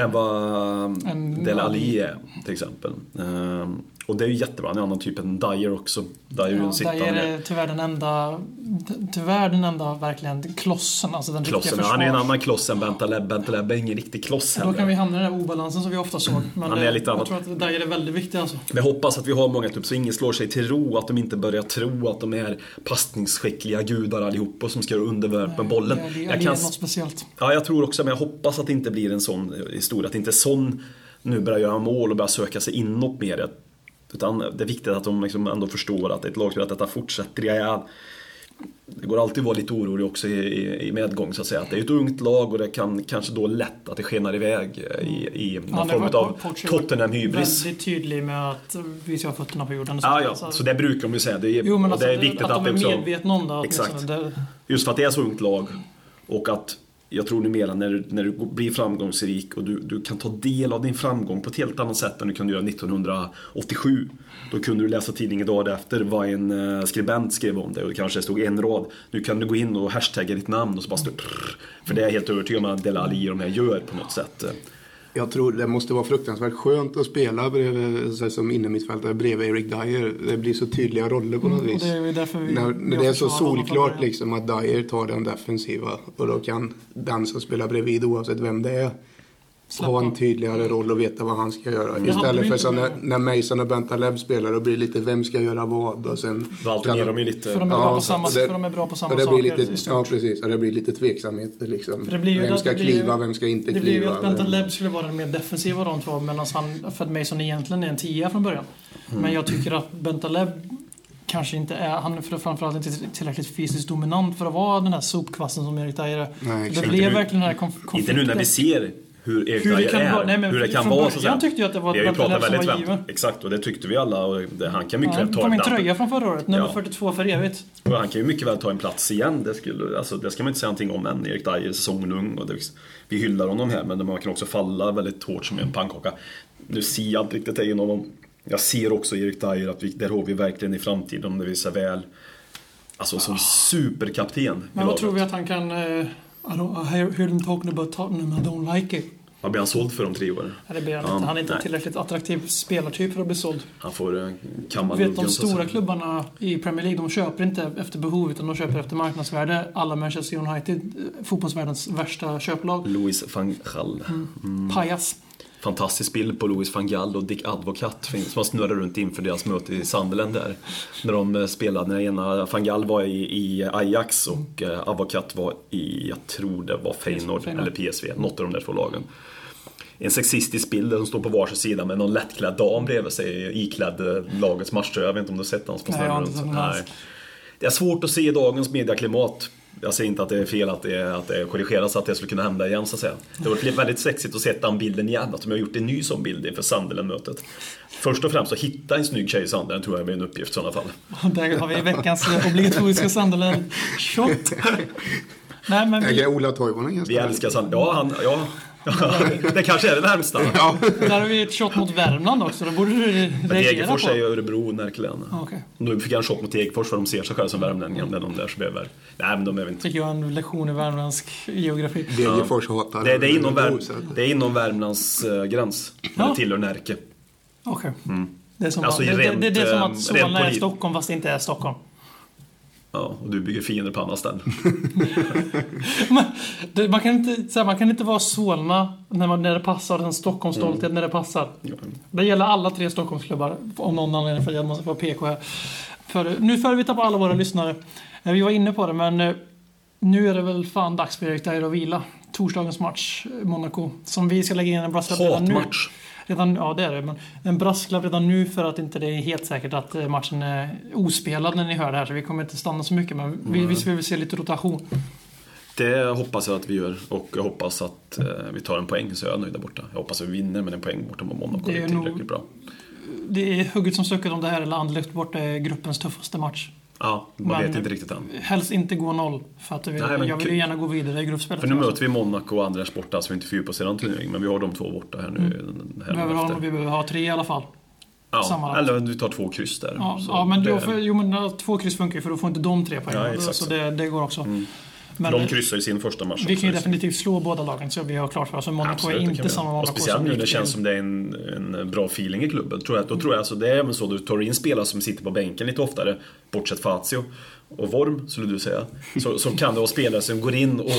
än vad Mm. En- Del Ali är, till exempel. Ehm, och det är ju jättebra, han är en annan typ än Dyer också. Dyer är ju Ja, en där är sittande. det tyvärr den enda, ty- tyvärr den enda verkligen klossen, alltså den Klossen, riktiga han är en försvars- annan kloss än Benta Leb. Benta Leb är ingen riktig kloss Då heller. kan vi hamna i den där obalansen som vi ofta såg. Men Han är det- lite jag annat. tror att där är det väldigt viktigt alltså. Men jag hoppas att vi har många typ så ingen slår sig till ro, att de inte börjar tro att de är passningsskickliga gudar allihopa som ska göra underverk med bollen. Det, det, Jag det kan är något speciellt. Ja, jag tror också, men jag hoppas att det inte blir en sån eh, historia, att inte sån nu börjar göra mål och börjar söka sig inåt mer. Utan det är viktigt att de liksom ändå förstår att det är ett lagspel, att detta fortsätter. Jag är, det går alltid att vara lite orolig också i, i, i medgång så att säga. Att det är ett ungt lag och det kan kanske då lätt att det skenar iväg eh, i, i någon Han är- form av Pochettino är Tottenham-hybris. Väldigt tydlig med att vi ska ha fötterna på jorden. och Ah, Ja, sånt. ja, så det brukar de ju säga. Det är, Jo men och alltså, det är viktigt att, de att, det är också... medvetna om det. Exakt. åtminstone. Det, Just för att det är så ungt lag och att jag tror numera när, du- när du blir framgångsrik och du, du kan ta del av din framgång på ett helt annat sätt än du kunde göra 1987. Då kunde du läsa tidningen dagen efter vad en eh, skribent skrev om dig och det kanske stod en rad. Nu kan du gå in och hashtagga ditt namn och så bara stå prrr, Mm. För det är jag helt övertygad om att Dele Alli och de här gör på något sätt. Jag tror det måste vara fruktansvärt skönt att spela bredvid, så här, som innermittfältare bredvid Eric Dyer. Det blir så tydliga roller på något Mm, och vis. det är ju därför vi- när, när jag det är så försvarar honom från solklart början. liksom, att Dyer tar den defensiva och då kan den som spelar bredvid oavsett vem det är ha en tydligare roll och veta vad han ska göra. hade Istället vi för inte som när, med- när Mason och Bentaleb spelar och blir lite vem ska göra vad och sen... Då kan alternerar de ju lite. För de är bra på så- samma, och det- för de är bra på samma och det saker. blir lite, i stort. Ja precis, och det blir lite tveksamheter liksom. För det blir ju vem det- ska det blir ju- kliva, vem ska inte Det blir ju kliva? att Benta Leb skulle vara den mer defensiva av de två medan han, för att Mason egentligen är en tia från början. Mm. Men jag tycker att Benta Leb kanske inte är, han är för- framförallt inte tillräckligt fysiskt dominant för att vara den här sopkvassen som Erik Dyer är. Nej, Det exakt. blev Nu- verkligen den här konf- konflikten. Inte nu när vi ser hur Erik Hur det Dyer kan är, vara- nej, men hur det kan från vara. början tyckte jag att det var vi har ju Bente pratat Lev som väldigt var väl. given. Exakt, och det tyckte vi alla. Och det, han kan mycket Ja, väl ta på min ett namn. tröja från förra året, nummer Ja. 42 för evigt. Och han kan ju mycket väl ta en plats igen. Det, skulle, alltså, det ska man inte säga någonting om än. Erik Dyer, säsongen ung. Och det, vi hyllar honom här, men man kan också falla väldigt hårt som en pannkaka. Nu ser jag inte riktigt det inom honom. Jag ser också Erik Dyer, att vi, där har vi verkligen i framtiden, det vill säga väl. Alltså som superkapten i Men vad laget. tror vi att han kan... eh, I, don't, I hear him talking about Tottenham, I don't like it. Vad blir han såld för om tre år? Ja, Det blir han Ja, inte. Han är inte nej. tillräckligt attraktiv spelartyp för att bli såld. Han får eh, kamma Du vet luggen, de så att stora säga. klubbarna i Premier League, de köper inte efter behov utan de köper efter marknadsvärde. Alla Manchester United, eh, fotbollsvärldens värsta köplag. Louis van Gaal. Mm. Mm. Pajas. (laughs) Fantastisk bild på Louis van Gaal och Dick Advocat (laughs) finns- som snurrar runt inför deras möte i Sunderland där. När de eh, spelade, när ena van Gaal var i, i Ajax och eh, Advocat var i, jag tror det var Feyenoord Feyenoord. eller PSV, något av de där två lagen. En sexistisk bild där de står på varsin sida med någon lättklädd dam bredvid sig iklädd eh, lagets matchtröja. Jag vet inte om du har sett den som Nej, jag har inte så. sett den alls. Nej. Det är svårt att se i dagens medieklimat. Jag säger inte att det är fel att det, att det korrigeras, att det skulle kunna hända igen så att säga. Det var väldigt sexigt att se den bilden igen, att de har gjort en ny sån bild inför Sunderland-mötet. Först och främst att hitta en snygg tjej i Sunderland tror jag är en uppgift i sådana fall. Och där har vi veckans eh, obligatoriska (laughs) Sunderland-shot. Nej men Äger vi, Ola Toivonen ganska Vi älskar Sunderland. Ja, han, ja. (laughs) det kanske är det närmsta. Ja, där har vi ett shot mot Värmland också, då borde du reagera Degerfors är ju på. Örebro Närkelän. Okej. Nu fick jag en chock mot Degerfors för de ser sig själva som värmlänningar, men de där som är väl... Nej, men de är väl inte... Fick jag en lektion i värmländsk geografi. Degerfors hatar Det, det, är, inom Värm... Örebro, så att- det är inom Värmlands eh, gräns. Ja. Det tillhör Närke. Okej. Det, är som Alltså, att- det, det, det är som att rent, Solna rent är polit- Stockholm fast det inte är Stockholm. Ja, och du bygger fiender på andra ställen. Man, det, man, kan inte, så här, man kan inte vara Solna när, man, när det passar och sen Stockholmsstolthet Mm. när det passar. Det gäller alla tre Stockholmsklubbar, om någon anledning för att jag måste vara PK här. För, nu för vi tappa alla våra lyssnare. Eh, Vi var inne på det, men eh, nu är det väl fan dags för Erik Dyer att vila. Torsdagens match, eh, Monaco, som vi ska lägga in en brasklapp redan nu. Hatmatch. Redan, ja, det är det. Men en brasklapp redan nu för att inte det är helt säkert att eh, matchen är ospelad när ni hör det här. Så vi kommer inte stanna så mycket, men vi, visst vill vi se lite rotation. Det hoppas jag att vi gör och jag hoppas att eh, vi tar en poäng så jag är nöjd där borta. Jag hoppas att vi vinner men en poäng borta mot Monaco Det det är är nog- tillräckligt bra. Det är hugget som stucket om det här eller Anderlecht borta är gruppens tuffaste match. Ja, man Men- vet inte riktigt än. Helst inte gå noll. För att du vill, Nej, men jag vill kul. ju gärna gå vidare i gruppspelet. För nu möter vi Monaco och Andres borta, så vi inte fördjupar oss i den turneringen. Men vi har de två borta här nu. den Här vi, Mm. behöver ha, vi efter. behöver ha tre i alla fall. Ja, sammanlagt. eller du tar två kryss där. Ja, Så ja men, det- då får, jo, men ja, två kryss funkar ju för då får inte de tre poäng. Ja, så exakt så. det, det går också. Men De kryssar i sin första match. vi också, kan ju så- definitivt slå båda lagen så vi har klart för oss. Så Monaco Absolut, det är kan vi inte göra. samma Monaco Och speciellt nu när det känns som det är en, en bra feeling i klubben. Tror jag, då tror jag alltså det är även så, du tar in spelare som sitter på bänken lite oftare, bortsett från Fazio och Worm, skulle du säga. Så, så kan det vara spelare som går in och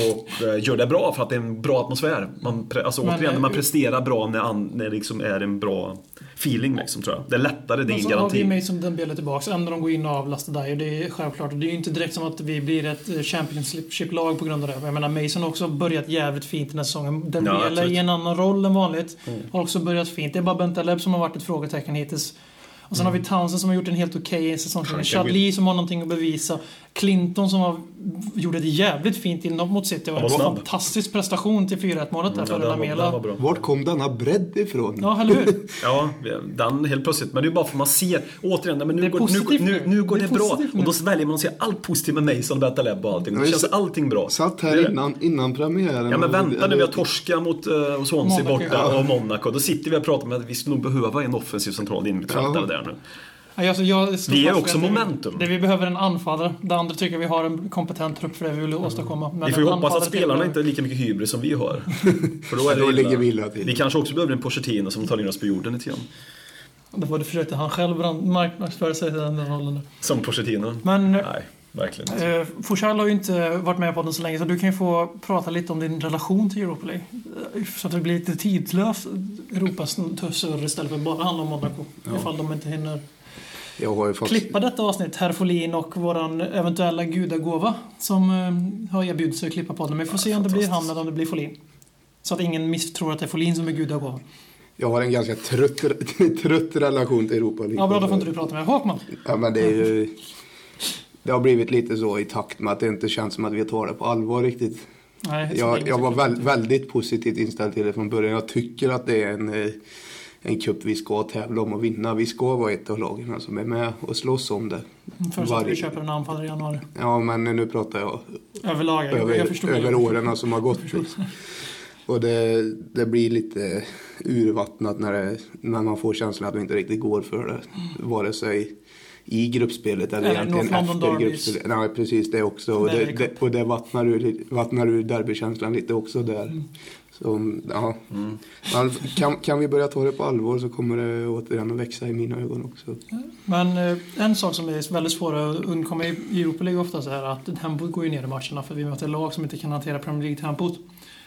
eh, gör det bra för att det är en bra atmosfär. Man, pre- alltså Men, återigen, eh, man presterar bra när, an- när det liksom är en bra feeling liksom, tror jag. Det är lättare, det är Men ingen så har vi garanti. Mason Dembele tillbaks, ändå de går in och avlastar där. och Det är självklart. Och det är ju inte direkt som att vi blir ett eh, Championship-lag på grund av det. Jag menar, Mason har också börjat jävligt fint den här säsongen. Ja, Dembele absolut. Mm. i en annan roll än vanligt. Har också börjat fint. Det är bara Bentaleb som har varit ett frågetecken hittills. Och sen har vi Townsend som har gjort en helt okej säsong. Han Mm. kan Chadli som har någonting att bevisa. Clinton som har gjort ett jävligt fint inhopp mot City. Det var var en snabb. Mm, fantastisk prestation till 4-1 målet där Ja, för den var, den Lamela. var bra. Vart kom denna bredd ifrån? Ja, eller (laughs) hur? Ja, den helt plötsligt. Men det är bara för man ser, återigen, nej, men Det nu, är går, nu, positivt går- nu, nu. nu går Det det, är bra. positivt nu. Och då väljer man att se allt positivt med Mason och Berta Lebb och allting. Då Men känns jag allting bra. Satt Det är här det. innan, innan premiären. Ja men och- vänta nu, eller- vi har torskat mot eh, Swansea Monaco, borta ja. och Monaco. Då sitter vi och pratar om att vi skulle nog behöva en offensiv central innermittfältare där nu. Nej, Alltså, jag står Vi är fast också vid att vi- momentum. Det vi behöver är en anfallare. Det andra tycker vi har en kompetent trupp för det vi vill åstadkomma. Men Vi får ju en hoppas att anfallare till spelarna behöver- inte är lika mycket hybris som vi (laughs) har. För då, Då ligger vi illa till. Vi kanske också behöver en Pochettino som tar ner oss på jorden lite grann. Det var det försökte han själv brand- marknadsföra sig till den rollen. nu. Som Pochettino. Men Nej, verkligen inte. eh, Forsell har ju inte varit med på den så länge så du kan ju få prata lite om din relation till Europa League. Eh, Så att det blir lite tidlöst Europas tussur istället för bara handla om Monaco. Ifall de inte hinner Jag har ju faktiskt... klippa detta avsnitt, herr Folin och våran eventuella gudagåva som eh, har erbjudit sig att klippa podden. Men vi får se om det blir han eller om det blir Folin. Så att ingen misstror att det är Folin som är gudagåvan. Jag har en ganska trött, (laughs) trött relation till Europa League. Ja, bra, då får inte du prata med Håkman. Ja, men det är ju... Det har blivit lite så i takt med att det inte känns som att vi tar det på allvar riktigt. Nej, så det är Jag, jag var säkert. väl, väldigt positivt inställd till det från början. Jag tycker att det är en, eh, en cup vi ska tävla om och vinna. Vi ska vara ett av lagen som är med och slåss om det. Först att vi Varje- köper en anfallare i januari. Ja, men nu pratar jag Överlag. Jag, jag över, förstod över det. åren som har gått. liksom. Och det, det blir lite urvattnat när, det, när man får känslan att vi inte riktigt går för det. Vare sig i gruppspelet eller Eller egentligen North London efter derbys. gruppspelet. Nej, precis det också. Och det, Derby Cup. det, och det vattnar ur, vattnar ur derbykänslan lite också där. Mm. Så, ja. Men kan, kan vi börja ta det på allvar så kommer det återigen att växa i mina ögon också. Men eh, en sak som är väldigt svår att undkomma i i Europa League ofta så är att tempot går ju ner i matcherna för vi möter lag som inte kan hantera Premier League-tempot.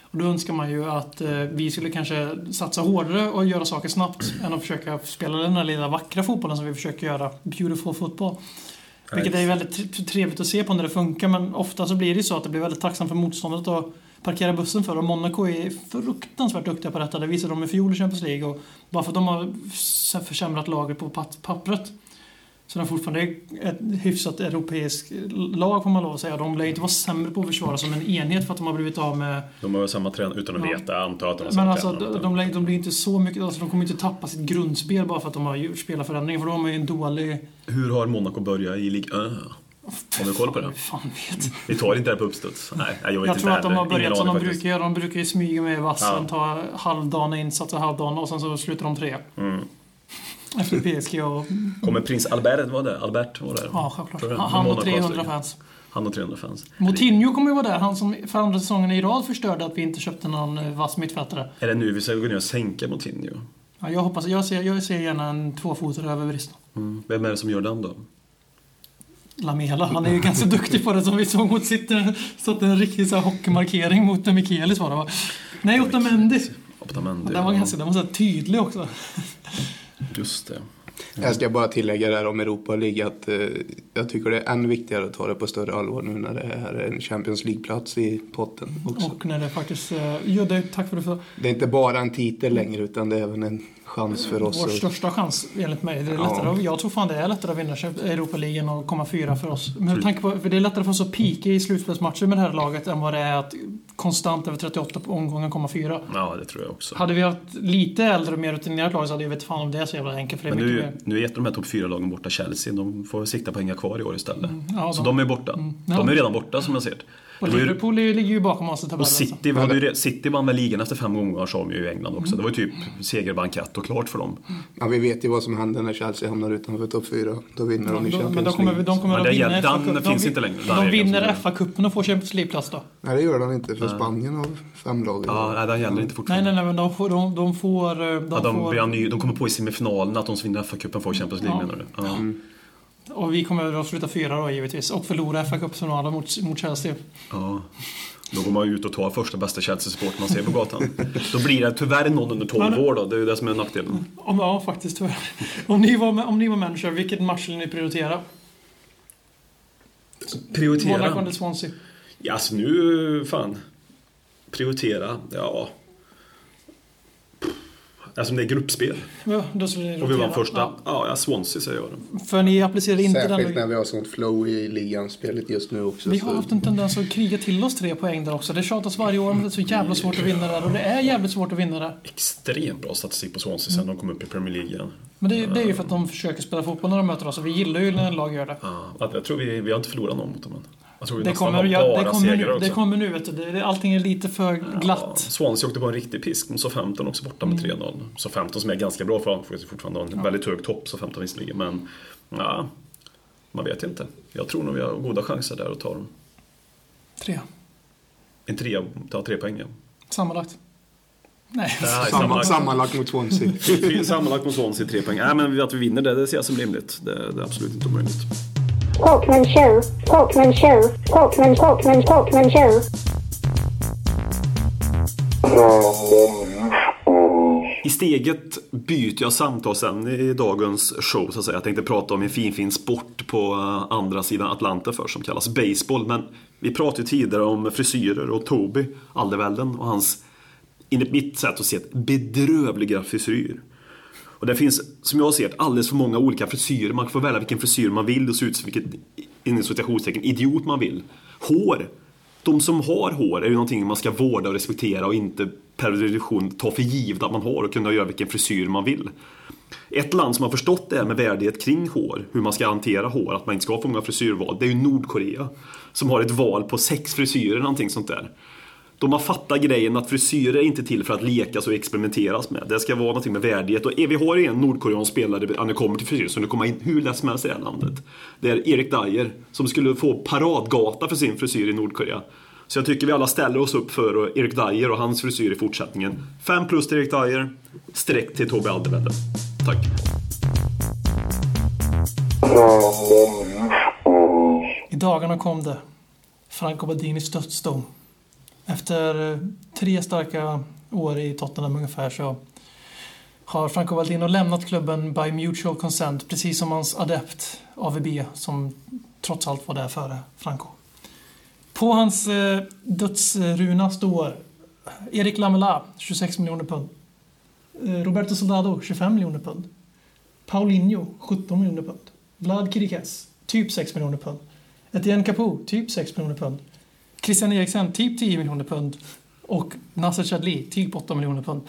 Och då önskar man ju att eh, vi skulle kanske satsa hårdare och göra saker snabbt (clears throat) än att försöka spela den här lilla vackra fotbollen som vi försöker göra, beautiful fotboll. Vilket är väldigt tr- trevligt att se på när det funkar men ofta så blir det ju så att det blir väldigt tacksamt för motståndet att parkera bussen för och Monaco är fruktansvärt duktiga på detta. Det visade de i fjol i Champions League och bara för att de har s- försämrat laget på pat- pappret så de fortfarande är ett hyfsat europeiskt lag får man lov att säga. De lär ju inte vara sämre på att försvara som en enhet för att de har blivit av med De har väl samma tränare utan att Ja. veta, jag antar att de har men samma alltså, tränare. de, de, lär- de blir inte så mycket, alltså, de kommer inte tappa sitt grundspel bara för att de har gjort spelarförändringar, för de har ju en dålig... Hur har Monaco börjat i Äh, Ligue 1? Har du koll på det? Fan vet. Vi tar inte det här på uppstuds. Nej, jag vet Jag inte tror att de heller. har Ingen börjat som de aning faktiskt. brukar göra. De brukar ju smyga med vassen, Ja. ta halvdana insatser, halvdana och sen så slutar de tre. Mm. Efter PSG och... Kommer prins Albert vara där? Albert var där? Ja, självklart. Tror du det? Han, han Monaco och 300 stycken. fans. Han och 300 fans. Moutinho kommer ju vara där. Han som för andra säsongen i rad förstörde att vi inte köpte någon eh, vass mittfältare. Är det nu vi ska gå ner och sänka Moutinho? Ja, jag hoppas... Jag ser, jag ser gärna en tvåfotare över bristen. Mm. Vem är det som gör den då? Lamela, han är ju ganska duktig på det som vi såg mot City. Satte en riktig så här hockeymarkering mot Mikaelis var det va? Nej, Otamendi. Optamendi? Den var ganska den var så här tydlig också. Just det. Jag ska bara tillägga där om Europa League att eh, jag tycker det är än viktigare att ta det på större allvar nu när det är en Champions League-plats i potten också. Och när det faktiskt... eh, Ja, det, tack för det. För Det är inte bara en titel längre utan det är även en chans för vår oss. att- största chans enligt mig. Det är Ja. lättare, att- Jag tror fan det är lättare att vinna Champ- Europa-ligan och komma fyra för oss. Men med tanke på, för det är lättare för oss att pika i slutspelsmatcher med det här laget än vad det är att konstant över 38 på omgången, komma fyra. Ja, det tror jag också. Hade vi haft lite äldre och mer rutinerat lag så hade jag vet fan om det är så jävla enkelt. För det är Men mycket nu, mer. nu är ett av de här topp 4-lagen borta, Chelsea. De får sikta på att hänga kvar i år istället. Mm, ja, så de- mm, de är borta. ja. De är redan borta som jag ser det. Och det. var ju- Liverpool är ju, ligger ju bakom oss i tabellen. Och alltså. City, var ju, City vann väl ligan efter fem gånger sa de ju i England också. Det var ju Mm. typ segerbankett och klart för dem. Ja, vi vet ju vad som händer när Chelsea hamnar utanför topp fyra. Då vinner de i De, Champions men de kommer, League. de kommer Men att det vinna gäll- den FA-cupen. De finns vin- inte längre, den De regeln vinner som FA-cupen och får Champions League-plats (laughs) då. Nej, det gör de inte. För Spanien har fem lag. Ja, nej, den gäller inte Nej, fortfarande. nej, nej, men de får... De, de får... eh, De Ja, de, får blir ny, de kommer på i semifinalen att de som vinner FA-cupen får Champions League Ja. menar du? Ja. och vi kommer att sluta fyra då givetvis. Och förlora FA-cupfinalen mot, mot Chelsea. ja. Då går man ju ut och tar första bästa Chelsea-support man ser på gatan. då blir det tyvärr någon under 12 år då, det är ju det som är nackdelen. Om, ja, faktiskt tyvärr. (laughs) Om ni var, om ni var manager, vilken match skulle ni prioritera? Monaco Prioritera. eller Swansea? Ja, alltså nu, fan. Prioritera, ja. Alltså det är gruppspel Ja, då skulle ni och vi vann rotera. första. Ja, ja Swansea säger jag. då. Ja, för ni applicerar inte Särskilt när den... vi har sånt flow i ligan-spelet just nu också. Vi så- har haft en tendens att kriga till oss tre poäng där också. Det tjatas varje år men det är så jävla svårt att vinna där. Och det är jävligt svårt att vinna där. extremt bra statistik på Swansea sen de kom upp i Premier League igen. Men det, det är ju för att de försöker spela fotboll när de möter oss. Och vi gillar ju när lag gör det. Ja, Ah, jag tror vi, vi har inte förlorat någon mot dem än. Jag tror vi Det nästan kommer, har ja, bara det, kommer segrar nu, också. det kommer nu vet du. Det, det, allting är lite för Ja, glatt. Mm. Swansea åkte på en riktig pisk mot SA-15 också borta med 3-0. SA-15 som är ganska bra för Almqvist fortfarande har en väldigt hög topp, SA-15 visserligen. Men ja, man vet inte. Jag tror nog vi har goda chanser där att ta dem. Tre. En trea, ta tre poäng ja. Sammanlagt. Nej. Nej, Samma, sammanlagt- sammanlagt mot Swansea. Fy- (laughs) Sammanlagt mot Swansea tre poäng. Nej men att vi vinner det, det ser jag som rimligt. Det, det är absolut inte omöjligt. Talkman Show, Talkman Show, Talkman, Talkman, Talkman Show. I steget byter jag samtalsämne i dagens show så att säga. Jag tänkte prata om en fin, fin sport på eh, andra sidan Atlanten för som kallas baseball. Men vi pratade ju tidigare om frisyrer och Toby Alderwelden och hans, enligt mitt sätt att se det, bedrövliga frisyr. Och det finns, som jag ser det, alldeles för många olika frisyrer. Man får välja vilken frisyr man vill och se ut som vilket, inom citationstecken, idiot man vill. Hår. De som har hår är ju någonting man ska vårda och respektera och inte per definition ta för givet att man har och kunna göra vilken frisyr man vill. Ett land som har förstått det här med värdighet kring hår, hur man ska hantera hår, att man inte ska ha för många frisyrval, det är ju Nordkorea. Som har ett val på sex frisyrer, någonting sånt där. De har fattat grejen att frisyrer är inte till för att lekas och experimenteras med. Det ska vara någonting med värdighet. Och vi har ju en nordkoreansk spelare, när det kommer till frisyr, som det kommer in hur lätt som helst i det här landet. Det är Erik Dyer, som skulle få paradgata för sin frisyr i Nordkorea. Så jag tycker vi alla ställer oss upp för Erik Dyer och hans frisyr i fortsättningen. Fem plus till Erik Dyer, streck till Tobbe Alderwelde. Tack. I dagarna kom det. Franco Badinis dödsdom. Efter eh, tre starka år i Tottenham ungefär så har Franco Baldino lämnat klubben by mutual consent, precis som hans adept AVB som trots allt var där före Franco. På hans eh, dödsruna står Erik Lamela, 26 miljoner pund. Eh, Roberto Soldado, 25 miljoner pund. Paulinho, 17 miljoner pund. Vlad Kirikes, typ 6 miljoner pund. Etienne Capoue, typ 6 miljoner pund. Christian Eriksen, typ 10 miljoner pund. Och Nasser Chadli, typ 8 miljoner pund.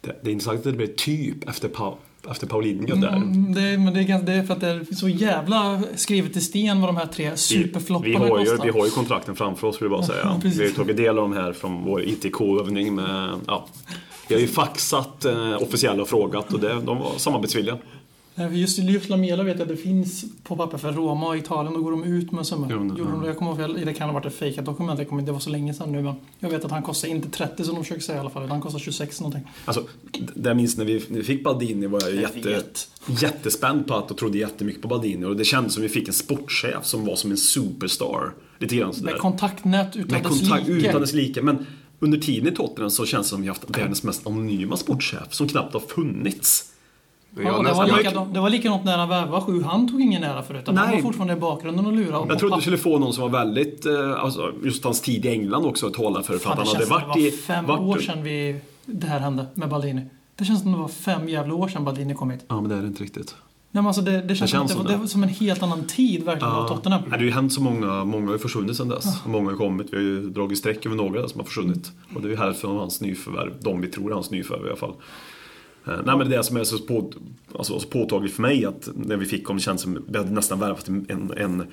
Det, det är intressant att det blir typ efter, pa, efter Paulinho där. Mm, det, är- men det, är, gans- det är för att det är så jävla skrivet i sten vad de här tre vi, vi, superflopparna har ju, kostar. vi har ju kontrakten framför oss vill jag bara säga. vi har ju (laughs) precis. tagit del av de här från vår ITK-övning med, ja. Vi har ju faxat eh, officiella och frågat och det, de var samarbetsvilliga. Nej, för Just i Lyft Lamela vet jag att det finns på papper för Roma och Italien. Då går de ut med en summa. Jo, Gjorde men- de det? Jag kommer ihåg, det kan ha varit ett fejkat dokument. Jag kommer inte- Det var så länge sedan nu. Men jag vet att han kostar inte 30 som de försöker säga i alla fall. utan Han kostar 26 någonting. Alltså, d- det jag minns när vi, när vi fick Baldini var jag ju jätte, jättespänd på att och trodde jättemycket på Baldini och det kändes som vi fick en sportchef som var som en superstar. Lite grann sådär. Med kontaktnät utan Med dess kontakt like. utan dess like. Men under tiden i Tottenham så känns det som vi har haft världens mest anonyma sportchef som knappt har funnits. Ja, Jag det, var nästan- likadant, det var likadant när han värvade sju. Han tog ingen ära för det. Utan han Nej. var fortfarande i bakgrunden och lurade. Jag trodde du skulle få någon som var väldigt, eh, alltså, just hans tid i England också att tala för. För att Fan, han det hade känns som varit det i... var fem varit- år sedan vi, det här hände med Baldini. Det känns som det var fem jävla år sedan Baldini kom hit. Ja men det är det inte riktigt. men alltså det, det känns, som, känns att det, som var- det. det var som en helt annan tid verkligen av Tottenham. Ja, det har ju hänt så många, många har ju försvunnit sedan dess. Många har ju kommit, vi har ju dragit streck över några som har försvunnit. Och det är ju hälften av hans nyförvärv, de vi tror är hans nyförvärv i alla fall. Eh, Nej men det är det som är så, på, alltså, så påtagligt för mig att när vi fick honom känns som vi hade nästan värvat en, en, en,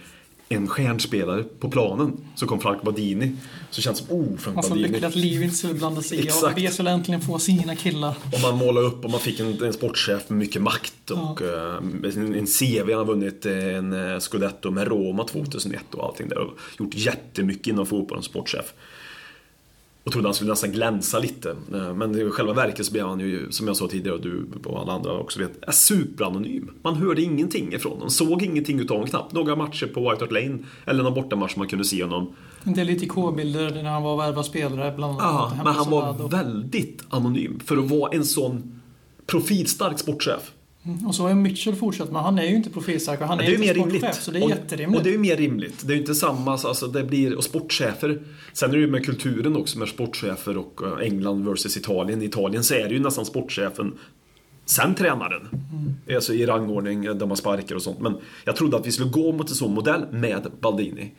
en stjärnspelare på planen. Så kom Frank Badini. Så känns det som, oh Frank Man får Badini. lyckligt att liv inte skulle blanda sig i och Exakt. B skulle äntligen få sina killar. Och man målar upp och man fick en, en sportchef med mycket makt och eh, en, en CV, han har vunnit en eh, Scudetto med Roma 2001 och allting där och gjort jättemycket inom fotbollen som sportchef. Och trodde han skulle nästan glänsa lite. Eh, Men i själva verket så blev han ju, som jag sa tidigare och du och alla andra också vet, är superanonym. Man hörde ingenting ifrån honom, såg ingenting utav honom knappt. Några matcher på White Hart Lane eller någon bortamatch man kunde se honom. En del ITK-bilder när han var och värvade spelare bland annat. Ja, Hemma men han hos Soldado. var väldigt anonym för att vara en sån profilstark sportchef. Mm, Och så har ju Mitchell fortsatt, men han är ju inte profilstark och han är, Det är ju inte mer sportchef, rimligt. Så det är och, jätterimligt. Och det är ju mer rimligt. Det är ju inte samma, alltså det blir, och sportchefer. Sen är det ju med kulturen också med sportchefer och eh, England versus Italien. I Italien så är det ju nästan sportchefen Sen tränaren. Mm. Alltså i rangordning eh, där man sparkar och sånt. Men jag trodde att vi skulle gå mot en sån modell med Baldini.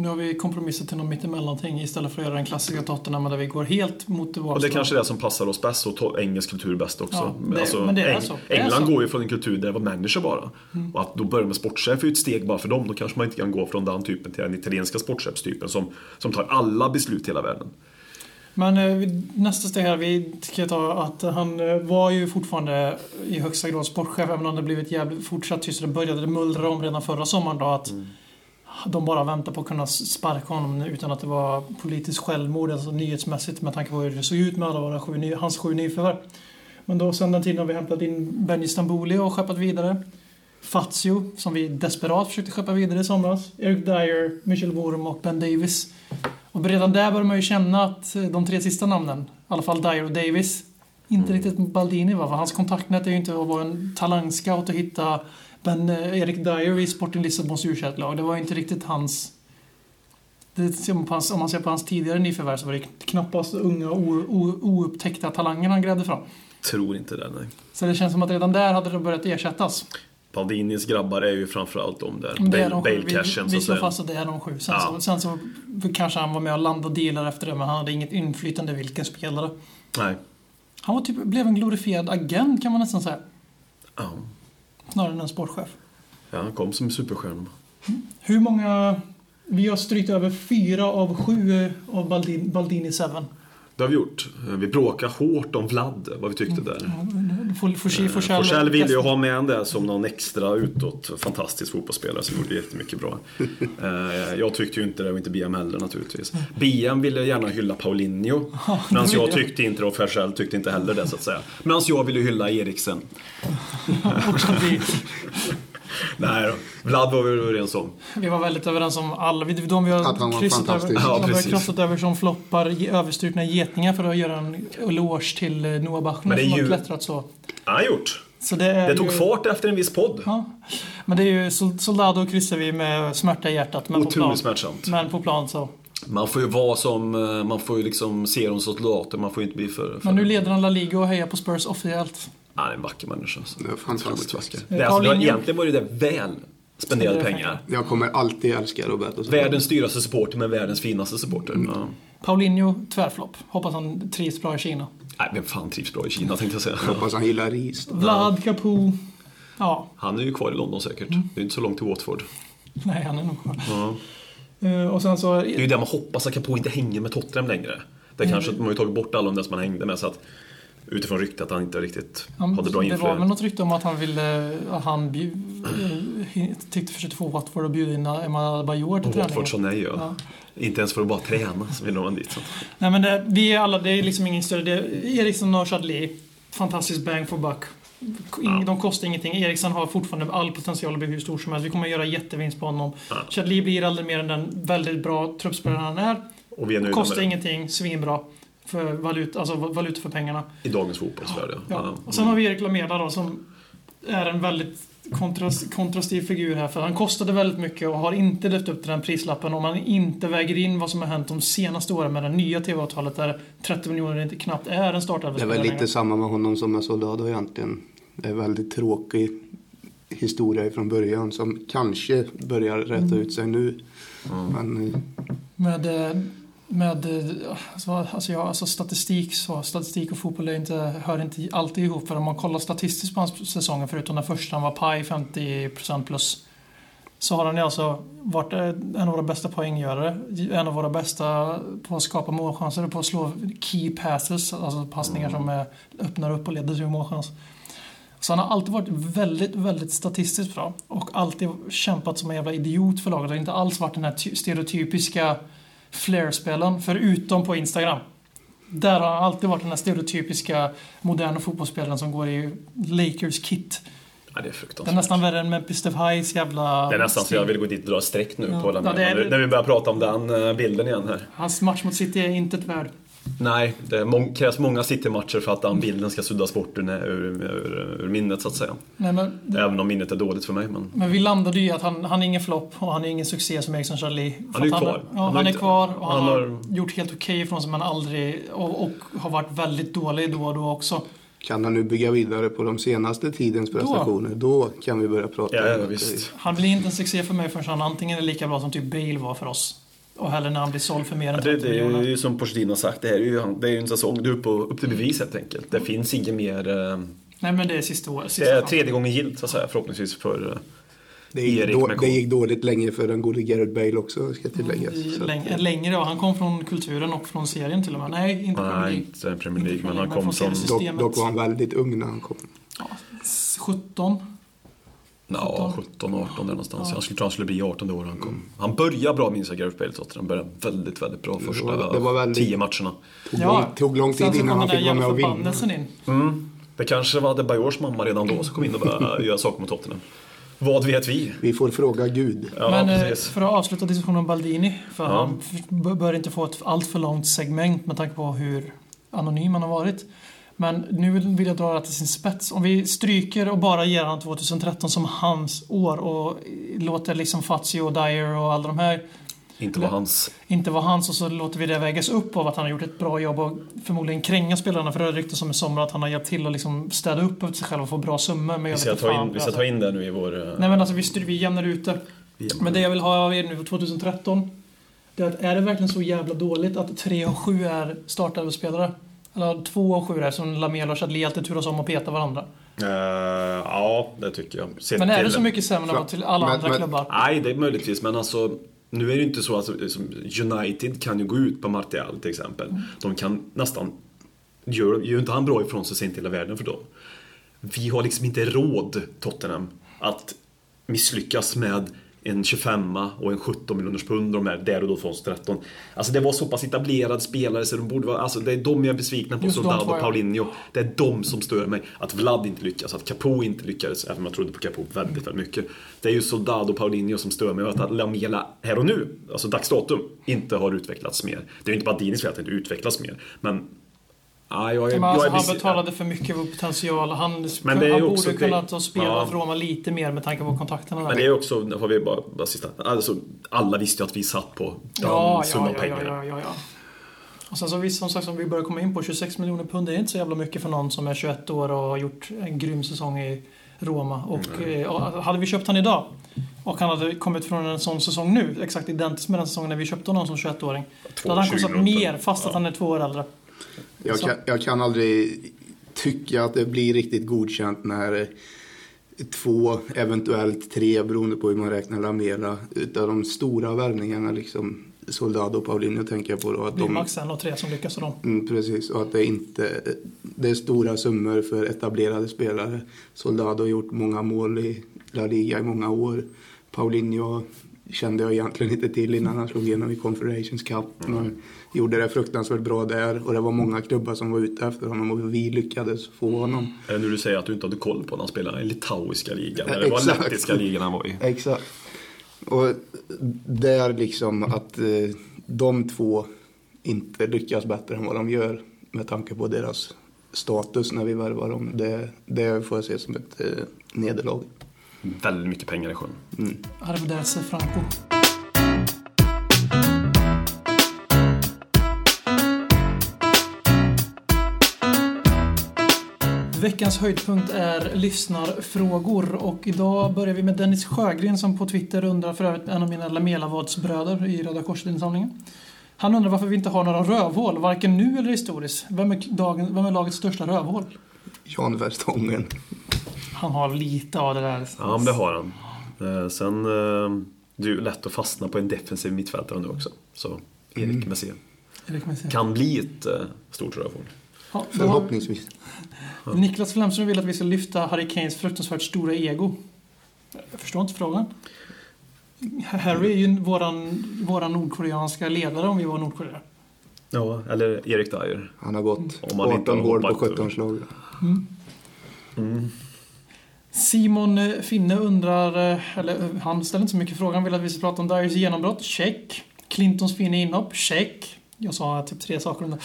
Nu har vi kompromissat till något mittemellanting istället för att göra den klassiska Tottenham där vi går helt mot det Och det är kanske är det som passar oss bäst och to- engelsk kultur bäst också. alltså, Ja, det- men det är så. Det är England så. Mm. går ju från en kultur där det var människor bara. Och att då börja med sportchef är ju ett steg bara för dem. Då kanske man inte kan gå från den typen till den italienska sportchefstypen som, som tar alla beslut i hela världen. Men eh, vi- nästa steg här, vi ska ta att han eh, var ju fortfarande i högsta grad sportchef även om det blivit jävligt fortsatt tyst. Det började det mullra om redan förra sommaren då att de bara väntar på att kunna sparka honom utan att det var politiskt självmord, alltså nyhetsmässigt med tanke på hur det såg ut med alla våra sju, ny- hans sju nyförvärv. Men då sen den tiden har vi hämtat in Benny Stamboli och skeppat vidare. Fazio, som vi desperat försökte skeppa vidare i somras. Eric Dyer, Michel Wurm och Ben Davis. Och redan där börjar man ju känna att eh, de tre sista namnen, i alla fall Dyer och Davis, inte Mm. riktigt Baldini va? För hans kontaktnät är ju inte att vara en talangscout och hitta Ben eh, Erik Dyer i Sporting Lissabons u lag Det var ju inte riktigt hans... Det, ser man på hans- om man ser på hans tidigare nyförvärv så var det knappast unga o, o, oupptäckta talanger han grävde fram. Tror inte det, nej. Så det känns som att redan där hade det börjat ersättas. Baldinis grabbar är ju framförallt de där. Det är Bale- de sju. Bale-cashen Vi, så vi att slår säga. fast att det är de sju. Sen, Ja. så, sen så kanske han var med och landade och dealade efter det men han hade inget inflytande vilken spelare. Nej. Han var typ, blev en glorifierad agent kan man nästan säga. Ja. Snarare än en sportchef. Ja, han kom som en superstjärna. Hur många... Vi har strykt över fyra av sju eh, av Baldin, Baldini Seven. Det har vi gjort. Vi bråkade hårt om Vlad, vad vi Mm. tyckte där. Forsell Eh, Forsell ville ju ha med en där som någon extra utåt fantastisk fotbollsspelare som gjorde jättemycket (laughs) bra. Eh, Jag tyckte ju inte det och inte BM heller naturligtvis. BM ville gärna hylla Paulinho. Medan det jag ville jag. tyckte inte det och Forsell tyckte inte heller det så att säga. Medan jag ville hylla Eriksen. (laughs) vi, Nej då, Vlad var vi överens om. vi var väldigt överens om alla. Vi, de vi Att han har var kryssat över, fantastisk. Ja, de vi har precis. kryssat över som floppar, ge- överstrukna getingar för att göra en eloge till eh, Noah Men Bachner det är som ju- har klättrat så. Ja, gjort. så det, är Det tog ju, fart efter en viss podd. Ja. Men det är ju Sol- Soldado kryssar vi med smärta i hjärtat. Men på plan, Otroligt smärtsamt. Men på plan så. Man får ju vara som, eh, man får ju liksom se dem som soldater, man får ju inte bli för... för... Men nu leder han La Liga och hejar på Spurs officiellt. Ja, det är en vacker människa. Alltså. Det är fantastiskt. Otroligt vacker. Det är alltså, Paulinho. egentligen var det där väl spenderade pengar. Jag kommer alltid älska Roberto. Världens dyraste supporter men världens finaste supporter. Mm. Ja. Paulinho, tvärflopp. Hoppas han trivs bra i Kina. Nej, vem fan trivs bra i Kina tänkte jag säga. Hoppas han gillar ris. Vlad, Capoue. Ja, Han är ju kvar i London säkert. Mm. Det är inte så långt till Watford. nej han är nog kvar. Eh, och sen så... Det är ju det man hoppas att Capoe inte hänger med Tottenham längre. Det kanske, Mm. de har ju tagit bort alla de där som han hängde med så att utifrån ryktet att han inte riktigt Han, hade bra det var väl inflytande. något rykte om att han ville... Att han bjud, eh, tyckte försökte få Watford att bjuda in Emma Adebayor till Och Watford sa träningen. nej ja. Inte ens för att bara träna så ville de ha en dit. Så. Nej men det, vi är alla, det är liksom ingen större... Det, Eriksson och Chadli, fantastisk bang for buck. Ing- De kostar ingenting. Eriksson har fortfarande all potential att bli hur stor som helst. Vi kommer att göra jättevinst på honom. Chadli blir aldrig mer än den väldigt bra truppspelaren han är. Och vi är nöjda Kostar med det. ingenting, svinbra. För valuta, alltså va- valuta för pengarna. I dagens fotbollsvärld ja. Ja. Och sen har vi Erik Lamela då som är en väldigt kontras- kontrastiv figur här. För han kostade väldigt mycket och har inte levt upp till den prislappen om man inte väger in vad som har hänt de senaste åren med det nya TV-avtalet där 30 miljoner inte knappt är en Det startelva. var lite samma med honom som med Soldado egentligen. en väldigt tråkig historia från början som kanske börjar rätta Mm. ut sig nu. Men eh, Med, eh, med eh, alltså, alltså, jag, alltså statistik så, statistik och fotboll är inte, hör inte alltid ihop. För om man kollar statistiskt på hans säsonger, förutom den första han var paj 50% plus, så har han ju alltså varit eh, en av våra bästa poänggörare, en av våra bästa på att skapa målchanser och på att slå key passes, alltså passningar som eh, öppnar upp och leder till en målchans. Så han har alltid varit väldigt, väldigt statistiskt bra och alltid kämpat som en jävla idiot för laget. Han har inte alls varit den här ty- stereotypiska flair-spelaren, förutom på Instagram. Där har han alltid varit den här stereotypiska moderna fotbollsspelaren som går i Lakers kit. Ja, det är Det är fruktansvärt. nästan värre än Memphis Devies jävla... Det är nästan så stil. jag vill gå dit och dra ett streck nu Ja. på den Ja, det är när, det. när vi börjar prata om den eh, bilden igen här. Hans match mot City är inte ett värd. Nej, det är mång- krävs många citymatcher för att den bilden ska suddas bort ur, ur, ur, ur minnet så att säga. Nej, men, Även om minnet är dåligt för mig. Men... men vi landade ju i att han, han är ingen flopp och han är ingen succé som Eriksson Charlie. Han är ju kvar. Ja, Han har han är inte- kvar och han, han har, har- gjort helt okej ifrån sig men aldrig... Och, och har varit väldigt dålig då och då också. kan han nu bygga vidare på de senaste tidens prestationer, då, kan vi börja prata Ja, ja, att, visst. Han blir inte en succé för mig förrän han antingen är lika bra som typ Bale var för oss. Och heller när han blir såld för mer Ja, än Det, 30 det är miljoner. ju som Pochettino har sagt, det här är ju, han- det är ju en säsong. Du är upp, och, upp till Mm. bevis helt enkelt. Det finns inget mer. eh, Nej men det är sista året. Det Sista är chansen. tredje gången gillt så att säga förhoppningsvis för eh, Det gick, Erik då, med det K. gick dåligt länge för den gode Gareth Bale också, ska tilläggas. Mm, I Så att- läng- längre, och han kom från kulturen och från serien till och med. Nej, inte Premier Nej, League. inte Premier Inte League, men Premier han League, kom men som... från dock, systemet. dock var han väldigt ung när han kom. Ja, s- 17. Ja, 17, 18 där någonstans. Jag skulle tro han skulle bli 18 det år han kom. Han började bra minns jag, Gareth Bale Tottenham. Han började väldigt, väldigt bra första var- det var väldigt- tio matcherna. Tog, lång, tog lång tid sen så kom innan den han där fick vara med och jävla vinna. förbannelsen in. Det kanske var Adebayors mamma redan då som kom in och började göra saker mot Tottenham. Vad vet vi? Vi får fråga Gud. Ja, Men eh, precis. för att avsluta diskussionen om Baldini. För han f- b- bör inte få ett allt för långt segment med tanke på hur anonym han har varit. Men nu vill jag dra det till sin spets. Om vi stryker och bara ger han 2013 som hans år och eh, låter liksom Fazio och Dyer och alla de här Inte var hans. inte vara hans och så låter vi det vägas upp av att han har gjort ett bra jobb och förmodligen kränga spelarna för det ryktas som i somras att han har hjälpt till att liksom städa upp efter sig själv och få bra summor. Men jag Vi vet ska, inte ta fan. in, vi ska ta in det nu i vår... eh, Nej men alltså vi, styr, vi jämnar ut det. Vi jämnar Men det jag vill ha av er nu för 2013. Det är, att, är det verkligen så jävla dåligt att 3 och 7 är startelvaspelare? Eller 2 och 7 är som Lamela och Chadli alltid turas om och petar varandra. eh, ja, det tycker jag. Sett Men är det till- så mycket sämre än vad till alla Men- andra men- klubbar? Nej, det är möjligtvis, men alltså nu är det ju inte så att som United kan ju gå ut på Martial till exempel. De kan nästan, gör, gör inte han bra ifrån sig så är inte hela världen för dem. Vi har liksom inte råd, Tottenham, att misslyckas med en 25 och en 17 miljoners pund de är där och då 2013. Alltså det var så pass etablerad spelare så de borde vara, alltså det är de jag är besviken på, Just de Soldado två, och ja. Paulinho. Det är de som stör mig. Att Vlad inte lyckas, att Capo inte lyckades, även om jag trodde på Capo väldigt, väldigt mycket. Det är ju Soldado och Paulinho som stör mig och att Lamela här och nu, alltså dags datum, inte har utvecklats mer. Det är ju inte bara Dinis fel att det inte utvecklas mer, men... Ah, jag är, Men alltså, jag är han besviken. betalade för mycket för potential. Han, Men det är ju han också borde det- kunnat ha spelat Ja. Roma lite mer med tanke på kontakterna där. Men det är också, har vi bara, bara sista, alltså, alla visste ju att vi satt på den Ja, summan ja, ja, pengar. ja, ja, ja, ja. Och sen så vi, som sagt, som vi börjar komma in på, 26 miljoner pund det är inte så jävla mycket för någon som är 21 år och har gjort en grym säsong i Roma. Och, eh, och hade vi köpt han idag och han hade kommit från en sån säsong nu, exakt identisk med den säsongen när vi köpte honom som 21-åring. Då hade han 20 kostat miljoner mer pund. fast att han är två år äldre. Jag Så- kan, jag kan aldrig tycka att det blir riktigt godkänt när eh, två, eventuellt tre, beroende på hur man räknar Lamela, utav de stora värvningarna, liksom Soldado och Paulinho tänker jag på då, att Det är de, max en och tre som lyckas av dem. Mm, precis, och att det inte det är stora summor för etablerade spelare. Soldado har gjort många mål i La Liga i många år. Paulinho kände jag egentligen inte till innan han slog igenom i Confederations Cup. Men gjorde det fruktansvärt bra där och det var många klubbar som var ute efter honom och vi lyckades få honom. Är det Eh, nu du säger att du inte hade koll på när han spelade i litauiska ligan? Ja, Eller det var exakt. lettiska ligan han var i. Exakt. Och där liksom att eh, de två inte lyckas bättre än vad de gör med tanke på deras status när vi värvar dem. Det, det får jag se som ett eh, nederlag. Väldigt mycket pengar i sjön. Arrivederci Franco. Veckans höjdpunkt är lyssnarfrågor och idag börjar vi med Dennis Sjögren som på Twitter undrar för övrigt en av mina Lamellavadsbröder i Röda Korset-insamlingen. Han undrar varför vi inte har några rövhål, varken nu eller historiskt. Vem är, dagen, vem är lagets största rövhål? Jan Verstången. Han har lite av det där. Ja, men det har han. Eh, Sen, eh, det är ju lätt att fastna på en defensiv mittfältare nu också. Så Erik Messé Erik Messiaen. kan bli ett eh, stort rövhål. Ja, då har- Förhoppningsvis. Niklas Flemström vill att vi ska lyfta Harry Kanes fruktansvärt stora ego. Jag förstår inte frågan. Harry är ju våran, våran nordkoreanska ledare om vi var Nordkorea. Ja, eller Erik Dyer. Han har gått Om han inte 18 har hål på hoppat 17 över. slag. Simon eh, Finne undrar, eh, eller eh, han ställer inte så mycket frågan, vill att vi ska prata om Dyers genombrott? Check. Clintons fina inhopp? Check. Jag sa typ tre saker om det.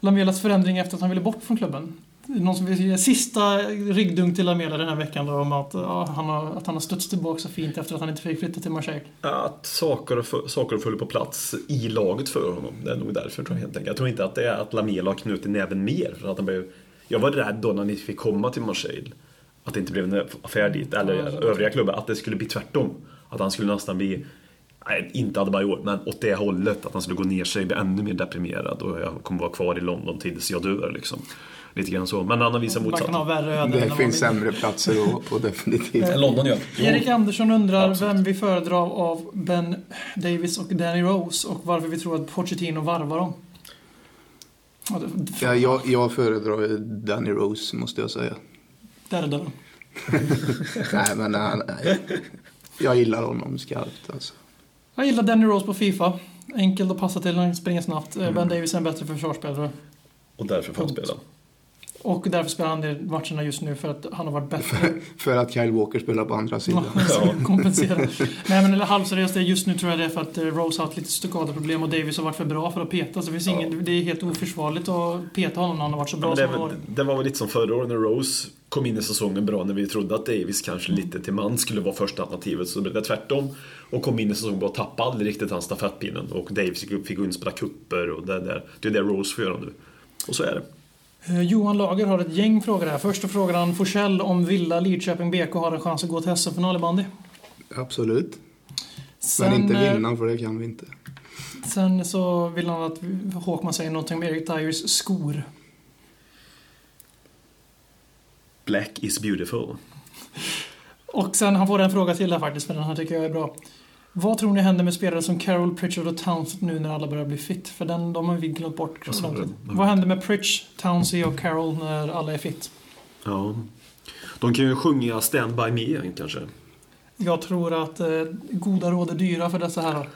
Lamelas förändring efter att han ville bort från klubben. Någon som vill ge sista ryggdunk till Lamela den här veckan då om att, ja, han, har, att han har studsat tillbaka så fint efter att han inte fick flytta till Marseille. Att saker, och fu- saker föll på plats i laget för honom. Det är nog därför tror jag helt enkelt. Jag tror inte att det är att Lamela har knutit näven mer. För att han blev... Jag var rädd då när ni fick komma till Marseille. Att det inte blev en affär dit, eller övriga klubbar. Att det skulle bli tvärtom. Att han skulle nästan bli, nej, inte Adebayor, men åt det hållet. Att han skulle gå ner sig, bli ännu mer deprimerad. Och jag kommer vara kvar i London tills jag dör liksom. Lite grann så. Men han har visat Man kan ha motsatsen. värre öden än Det vad finns man vill. sämre platser att vara på definitivt. London gör. Erik Andersson undrar Absolut. vem vi föredrar av Ben Davis och Danny Rose och varför vi tror att Pochettino varvar dem. Ja, det- Ja, jag, jag föredrar ju Danny Rose måste jag säga. Där är dörren. Nej, men han, jag gillar honom skarpt alltså. Jag gillar Danny Rose på Fifa. Enkel att passa till, han springer snabbt. Eh, Mm. Ben Davis är en bättre försvarsspelare. Och därför får han spela. Och därför spelar han de matcherna just nu, för att han har varit (laughs) bättre. För att Kyle Walker spelar på andra sidan. Så Kompensera. Nej men eller halvseriöst, det är just nu tror jag det är för att eh, Rose har haft lite stukadoproblem och Davis har varit för bra för att peta. Så det, finns ingen, det är helt oförsvarligt att peta honom när han har varit så bra Ja, men som han har det, varit. det var väl lite som förra året när Rose kom in i säsongen bra när vi trodde att Davis kanske lite till man skulle vara första alternativet så blev det tvärtom och kom in i säsongen bara och tappade aldrig riktigt hans stafettpinnen och Davis fick fick gå in och spela kupper och det där. Det är det Rose får göra nu. Och så är det. Eh, Johan Lager har ett gäng frågor här. Först och frågar han Forsell om Villa, Lidköping, BK har en chans att gå till SM-final i bandy. Absolut. Men Sen, inte eh, vinna för det kan vi inte. Sen så vill han att Håkman säger någonting om Eric Dyers skor. Black is beautiful. Och sen, han får en fråga till där faktiskt, men den här tycker jag är bra. Vad tror ni händer med spelare som Carroll, Pritchard och Townsend nu när alla börjar bli fit? För den, de har vi glömt bort. sa ordentligt. du? Vad händer med Pritch, Townsend och Carroll när alla är fit? Ja. De kan ju sjunga Stand By Me igen kanske. Jag tror att eh, goda råd är dyra för dessa herrar.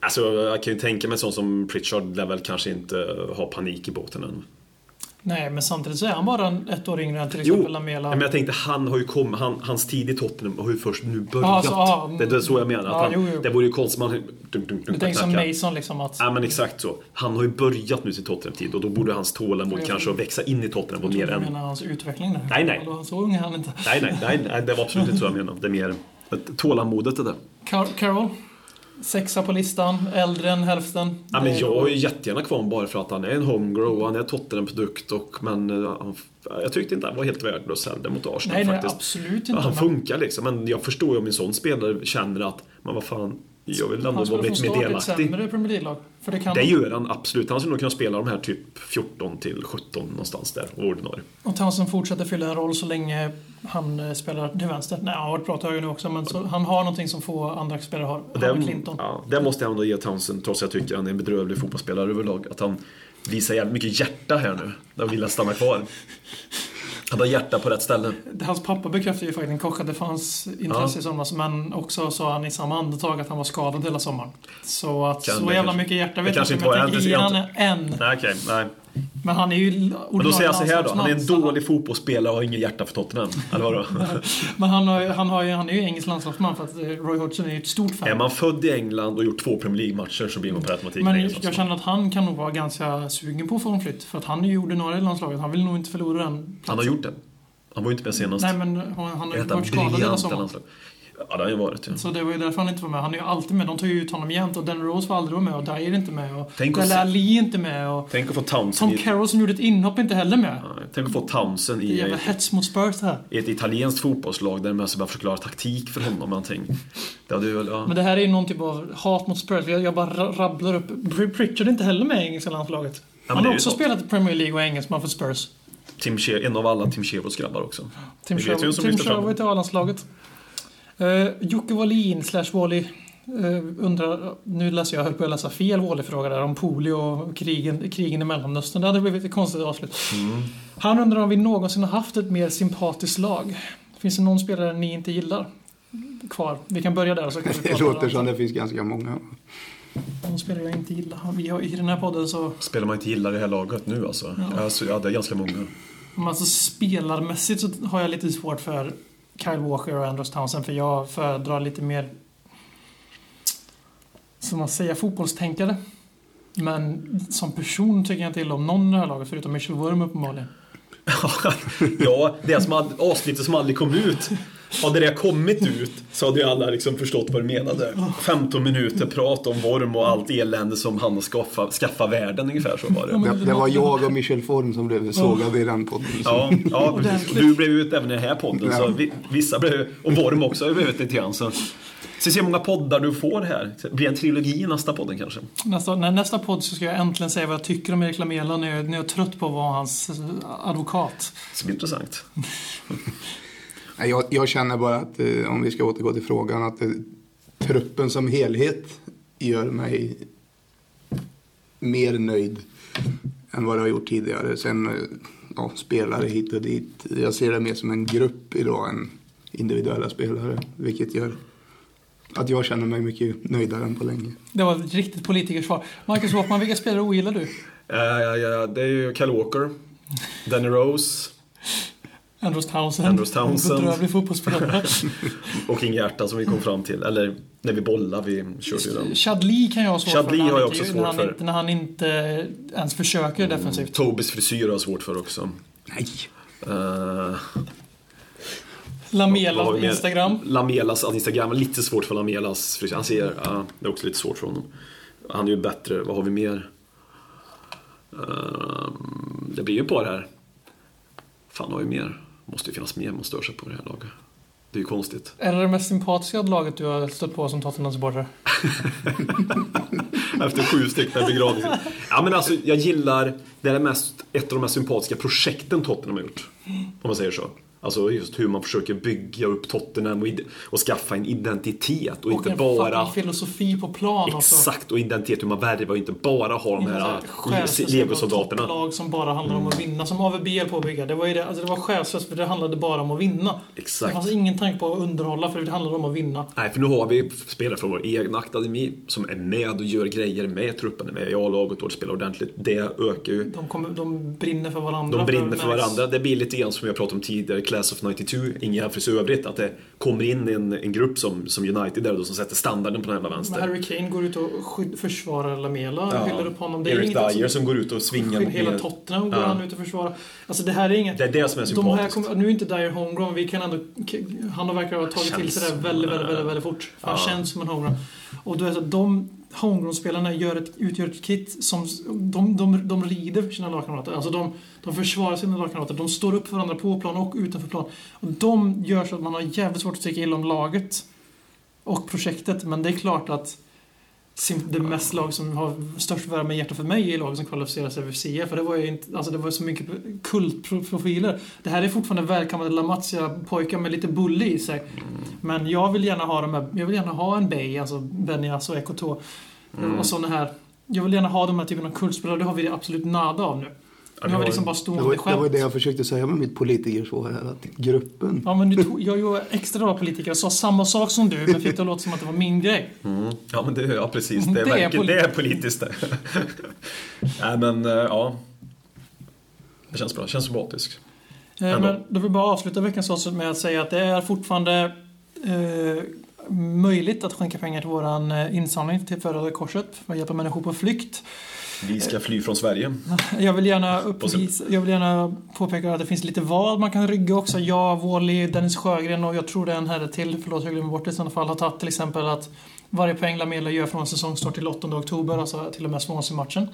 Alltså jag kan ju tänka mig sån som Pritchard lär väl kanske inte ha panik i båten än. Nej, men samtidigt så är han bara en- ett år yngre än till Jo, exempel Lamela. men jag tänkte han har ju kommit, han, hans tid i Tottenham har ju först nu börjat. Ja, alltså, ja, mm. det, det är så jag menar. Ja, att han, jo, jo. Det vore ju konstigt om han... Dunk, dunk, Du dunk, tänker som knacka. Mason liksom att... Ja men exakt så. Han har ju börjat nu sin Tottenham-tid och då borde hans tålamod Jag- kanske växa in i Tottenham och Jag tror mer du än... menar hans utveckling där. Nej, nej. Alltså, Så ung är han inte. Nej, nej, nej, nej, det var absolut inte så jag menade. Det är mer att tålamodet det där. Car- Carroll. Sexa på listan, äldre än hälften. Ja, men Det är- jag är ju jättegärna kvar honom bara för att han är en homegrow och han är Tottenham-produkt och men eh, han, jag tyckte inte han var helt värdelös heller mot Arsenal Nej, nej, faktiskt. absolut Ja, inte. han men- funkar liksom, men jag förstår ju om en sån spelare känner att man vad fan, jag vill ändå Han vara skulle få lite mer start i ett delaktig. sämre Premier League-lag. För det kan Det han. gör han absolut. Han skulle nog kunna spela de här typ 14 till 17 någonstans där, och ordinarie. Och Townsend fortsätter fylla en roll så länge han eh, spelar till vänster. Nej, han har varit bra till höger nu också, men så, han har någonting som få andra spelare har. Och Han och där- Clinton. Ja, där måste jag ändå ge Townsend, trots att jag tycker han är en bedrövlig fotbollsspelare överlag, att han visar jävligt mycket hjärta här nu. Där vill han stanna kvar. Han har hjärta på rätt ställe. Hans pappa bekräftade ju faktiskt Koch att det fanns intresse Ja. i somras, men också sa han i samma andetag att han var skadad hela sommaren. Så att Kan så det jävla kanske- mycket hjärta det vet jag kanske inte, men jag inte tänker ge var- jag han en. Nej, okej. nej. Men han är ju ordinarie Men då säger jag så här då. Han är en landslagsman, så- dålig fotbollsspelare och har ingen hjärta för Tottenham. (laughs) Eller vadå? Men han, har, ju- han, har, ju- han är ju engelsk landslagsman för att eh, Roy Hodgson är ju ett stort fan. Är man född i England och gjort två Premier League-matcher så blir man per automatik en Men engelsk jag känner att han kan nog vara ganska sugen på formflytt. För att han är ju ordinarie i landslaget. Han vill nog inte förlora den. Han har gjort det. Han var ju inte med senast. Nej men han, han har ju Ett av varit skadad hela briljanta sommaren. landslag. Ja, det har ju varit. Ja. Så det var ju därför han inte var med. Han är ju alltid med. De tar ju ut honom jämt. Och Dan Rose var aldrig med och Dyer är inte med. Och Tänk Dele att se- Ali är inte med. Och Tänk att få Tom Townsend i, Carroll som gjorde ett inhopp är inte heller med. Nej, Tänk att få Townsend Det är i jävla ett, hets mot Spurs det här. i ett italienskt fotbollslag där man måste bara förklara taktik för honom. Någonting. Det hade ju, väl- ja. Men det här är ju någon typ av hat mot Spurs. Jag jag bara ra- rabblar upp. Pri- Pritchard är inte heller med i engelska landslaget. men han det är har ju också så. spelat i Premier League och är engelsman för Spurs. Tim Sher- en av alla Tim Sherwoods grabbar också. Tim Det vet vi Sherwood ju som Tim lyfter fram. Sherwood till A-landslaget. Eh, Jocke Wallin slash Wally eh, undrar, nu läser jag, höll på att läsa fel Wally-fråga där om polio och krigen, krigen i Mellanöstern. Det hade blivit ett konstigt avslut. Mm. Han undrar om vi någonsin har haft ett mer sympatiskt lag. Finns det någon spelare ni inte gillar? Kvar. Vi kan börja där så (laughs) kanske vi Det pratar om låter annat. som det finns ganska många. Någon spelare jag inte gillar. Vi har, I den här podden så Spelar man inte gillar det här laget nu alltså. Ja. Alltså, ja, det är ganska många. Men alltså spelarmässigt så har jag lite svårt för Kyle Walker och Andros Townsend för jag föredrar lite mer som man säger fotbollstänkare. Men som person tycker jag inte illa om någon i det här laget förutom Mitchell Worm uppenbarligen. ja, det är som att avsnittet som aldrig kom ut. Hade det kommit ut så hade ju alla liksom förstått vad du menade. 15 minuter prat om Worm och allt elände som han har skaffa, skaffa världen ungefär så var det. Det, det var jag och Michel Form som blev sågade i den podden. Ja, ja precis. Ordentligt. Du blev ut även i den här podden. Så vi, vissa blev, och Worm också har ju blivit lite grann. Så. Så se hur många poddar du får här. Det blir en trilogi i nästa podden kanske. Nästa, när nästa podd så ska jag äntligen säga vad jag tycker om Erik Lamela när jag, när jag är trött på att vara hans eh, advokat. Det blir intressant. Nej, Jag, jag känner bara att, eh, om vi ska återgå till frågan, att eh, truppen som helhet gör mig mer nöjd än vad jag har gjort tidigare. Sen eh, ja, spelare hit och dit. Jag ser det mer som en grupp idag än individuella spelare, vilket gör att jag känner mig mycket nöjdare än på länge. Det var ett riktigt politikersvar. Marcus Håkman, vilka spelare ogillar du? Eh, ja, ja, det är ju Kyle Walker, Danny Rose Andros Townsend. Andros Townsend. Bedrövlig fotbollsspelare. och King Hjärta som vi kom fram till. Eller när vi bollar, vi körde ju den. Chad Lee kan jag ha svårt Chad för. Lee när han har jag inte- också när svårt han för. Mm. Inte, när han inte ens försöker defensivt. Tobis frisyr har jag svårt för också. Nej! Uh, Lamela på Instagram. Lamelas Instagram, lite svårt för Lamelas frisyr. Han ser, ja, det är också lite svårt för honom. Han är ju bättre, vad har vi mer? Eh, det blir ju på det här. Fan, har vi mer? Måste ju finnas mer man stör sig på det här laget. Det är ju konstigt. Är det det mest sympatiska laget du har stött på som Tottenham-supporter? Efter sju stycken begravning. Ja men alltså jag gillar, det är mest, ett av de mest sympatiska projekten Tottenham har gjort. Om man säger så. Alltså just hur man försöker bygga upp Tottenham och, ide- och skaffa en identitet och, en inte bara... fucking filosofi på plan också. Exakt, och identitet hur man värvar och inte bara har de här Själslöst legosoldaterna. Mm. lag som bara handlar om att vinna. Som AVB höll på att bygga. Det var, ju det, alltså det var själslöst för det handlade bara om att vinna. Exakt. Det fanns ingen tanke på att underhålla för det handlade om att vinna. Nej, för nu har vi spelare från vår egna akademi som är med och gör grejer med truppen, är med i A-laget och spelar ordentligt. Det ökar ju De, kommer, de brinner för varandra. De brinner nice. för varandra. Det blir lite grann som jag pratade om tidigare, Class of 92, ingen jämförelse i övrigt. Att det kommer in en, en grupp som, som United där då, som sätter standarden på den här Men vänster. Harry Kane går ut och skydd, försvarar Lamela, skyller upp honom. Det är Eric inget Dyer som går ut och svingar. Skydd mot hela ner. Tottenham går Ja. han ut och försvarar. Alltså det här är inget... Det är det som är de här sympatiskt. kommer, nu är inte Dyer homegrown, vi kan ändå... Han verkar ha tagit Känns till sig det här som- väldigt, väldigt, väldigt, väldigt fort. För Han känns som en homegrown. Och du vet att de homegrown-spelarna gör ett, utgör ett kit som... De, de, de rider för sina lagkamrater. Alltså de, de försvarar sina lagkamrater. De står upp för varandra på plan och utanför plan. Och de gör så att man har jävligt svårt att tycka illa om laget och projektet. Men det är klart att sim- det mest lag som har störst värme i hjärtat för mig är lag som kvalificerar sig för CF. För det var ju inte, alltså det var så mycket kultprofiler. Det här är fortfarande välkammade Lamatsia-pojkar med lite bulle i sig. Men jag vill gärna ha de här, jag vill gärna ha en Bay, alltså Benias och Ekotå. eh, Och sådana här. Jag vill gärna ha de här typen av kultspelare. Det har vi det absolut nada av nu. Nu har vi liksom bara Det stående var, det var skämt. det jag försökte säga med mitt politikersvar här, att gruppen. Ja, men du tog, jag jag är extra bra politiker och sa samma sak som du, men fick det att låta som att det var min grej. Mm. Ja, men det, ja (laughs) precis. Det är, Det är verkligen, poli- det är politiskt det. (laughs) Nej, men eh, ja. Det känns bra. Känns sympatiskt. Eh, Ändå. Men då vill jag bara avsluta veckans avsnitt med att säga att det är fortfarande eh, möjligt att skänka pengar till vår insamling till Förra Röda Korset för att hjälpa människor på flykt. Vi ska fly från Sverige. Mm. Jag vill, gärna upp Och så- jag vill gärna påpeka att det finns lite val man kan rygga också. Jag, Wally, Dennis Sjögren och jag tror det är en herre till, förlåt jag glömmer bort det i sådana fall, har tagit till exempel att varje poäng Lamela gör från säsongstart till 8 oktober, alltså till och med Swansea-matchen.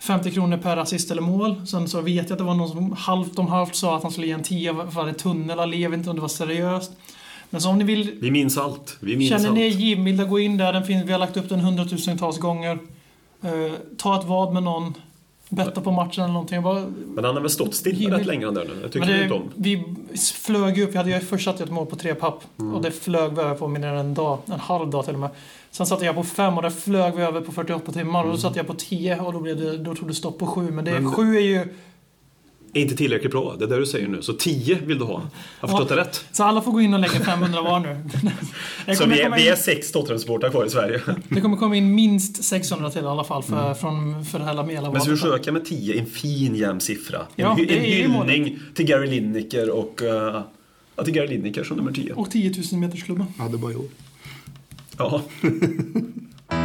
50 kronor per assist eller mål. Sen så vet jag att det var någon som halvt om halvt sa att han skulle ge en 10 för varje tunnel, eller jag vet inte om det var seriöst. Men så om ni vill Vi minns allt. Vi minns Känner allt. ni er givmilda, gå in där. Den finns, vi har lagt upp den hundratusentals gånger. Eh, ta ett vad med någon. Betta på matchen eller någonting. Bara, Men han har väl stått still Jimmy- rätt länge den där nu. Det tycker men vi det, inte om. vi flög ju upp. Jag hade ju först satt ett mål på tre papp. Mm. Och det flög vi över på mindre än en dag. En halv dag till och med. Sen satte jag på fem och det flög vi över på 48 timmar. Och då satte jag på 10 och då, blev det, då tog det stopp på sju. Men det, Mm. Men- sju är ju... Är inte tillräckligt bra, det är det du säger nu. Så 10 vill du ha. Jag har förstått det rätt. Så alla får gå in och lägga 500 var (laughs) nu. Jag Så kommer vi är, komma vi in- är sex Tottenham-supportrar kvar i Sverige. Det kommer komma in minst 600 till i alla fall för, från, för hela Mela. Mm. Men så vi försöker med 10, en fin jämn siffra. En, Ja, hy- det en är ju hyllning till Gary Lineker och... eh, ja, till Gary Lineker som nummer 10. Och 10 000 metersklubban. Ja, det var i år. Ja.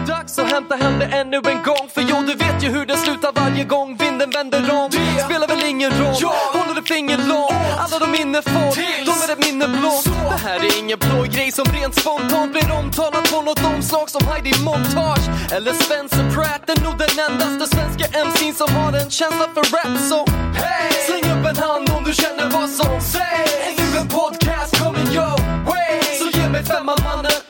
Dags att hämta hem det ännu en gång För jo, du vet ju hur det slutar varje gång vinden vänder om Spelar väl ingen roll, håller du finger långt Alla de minne får, de är ett minne blått Det här är ingen blå grej som rent spontant blir omtalat på något omslag som Heidi Montage eller Spencer Pratt är nog den endaste svenska MC'n som har en känsla för rap så hey! släng upp en hand om du känner vad som sägs Är du en podcast kommer your way Så ge mig femman mannen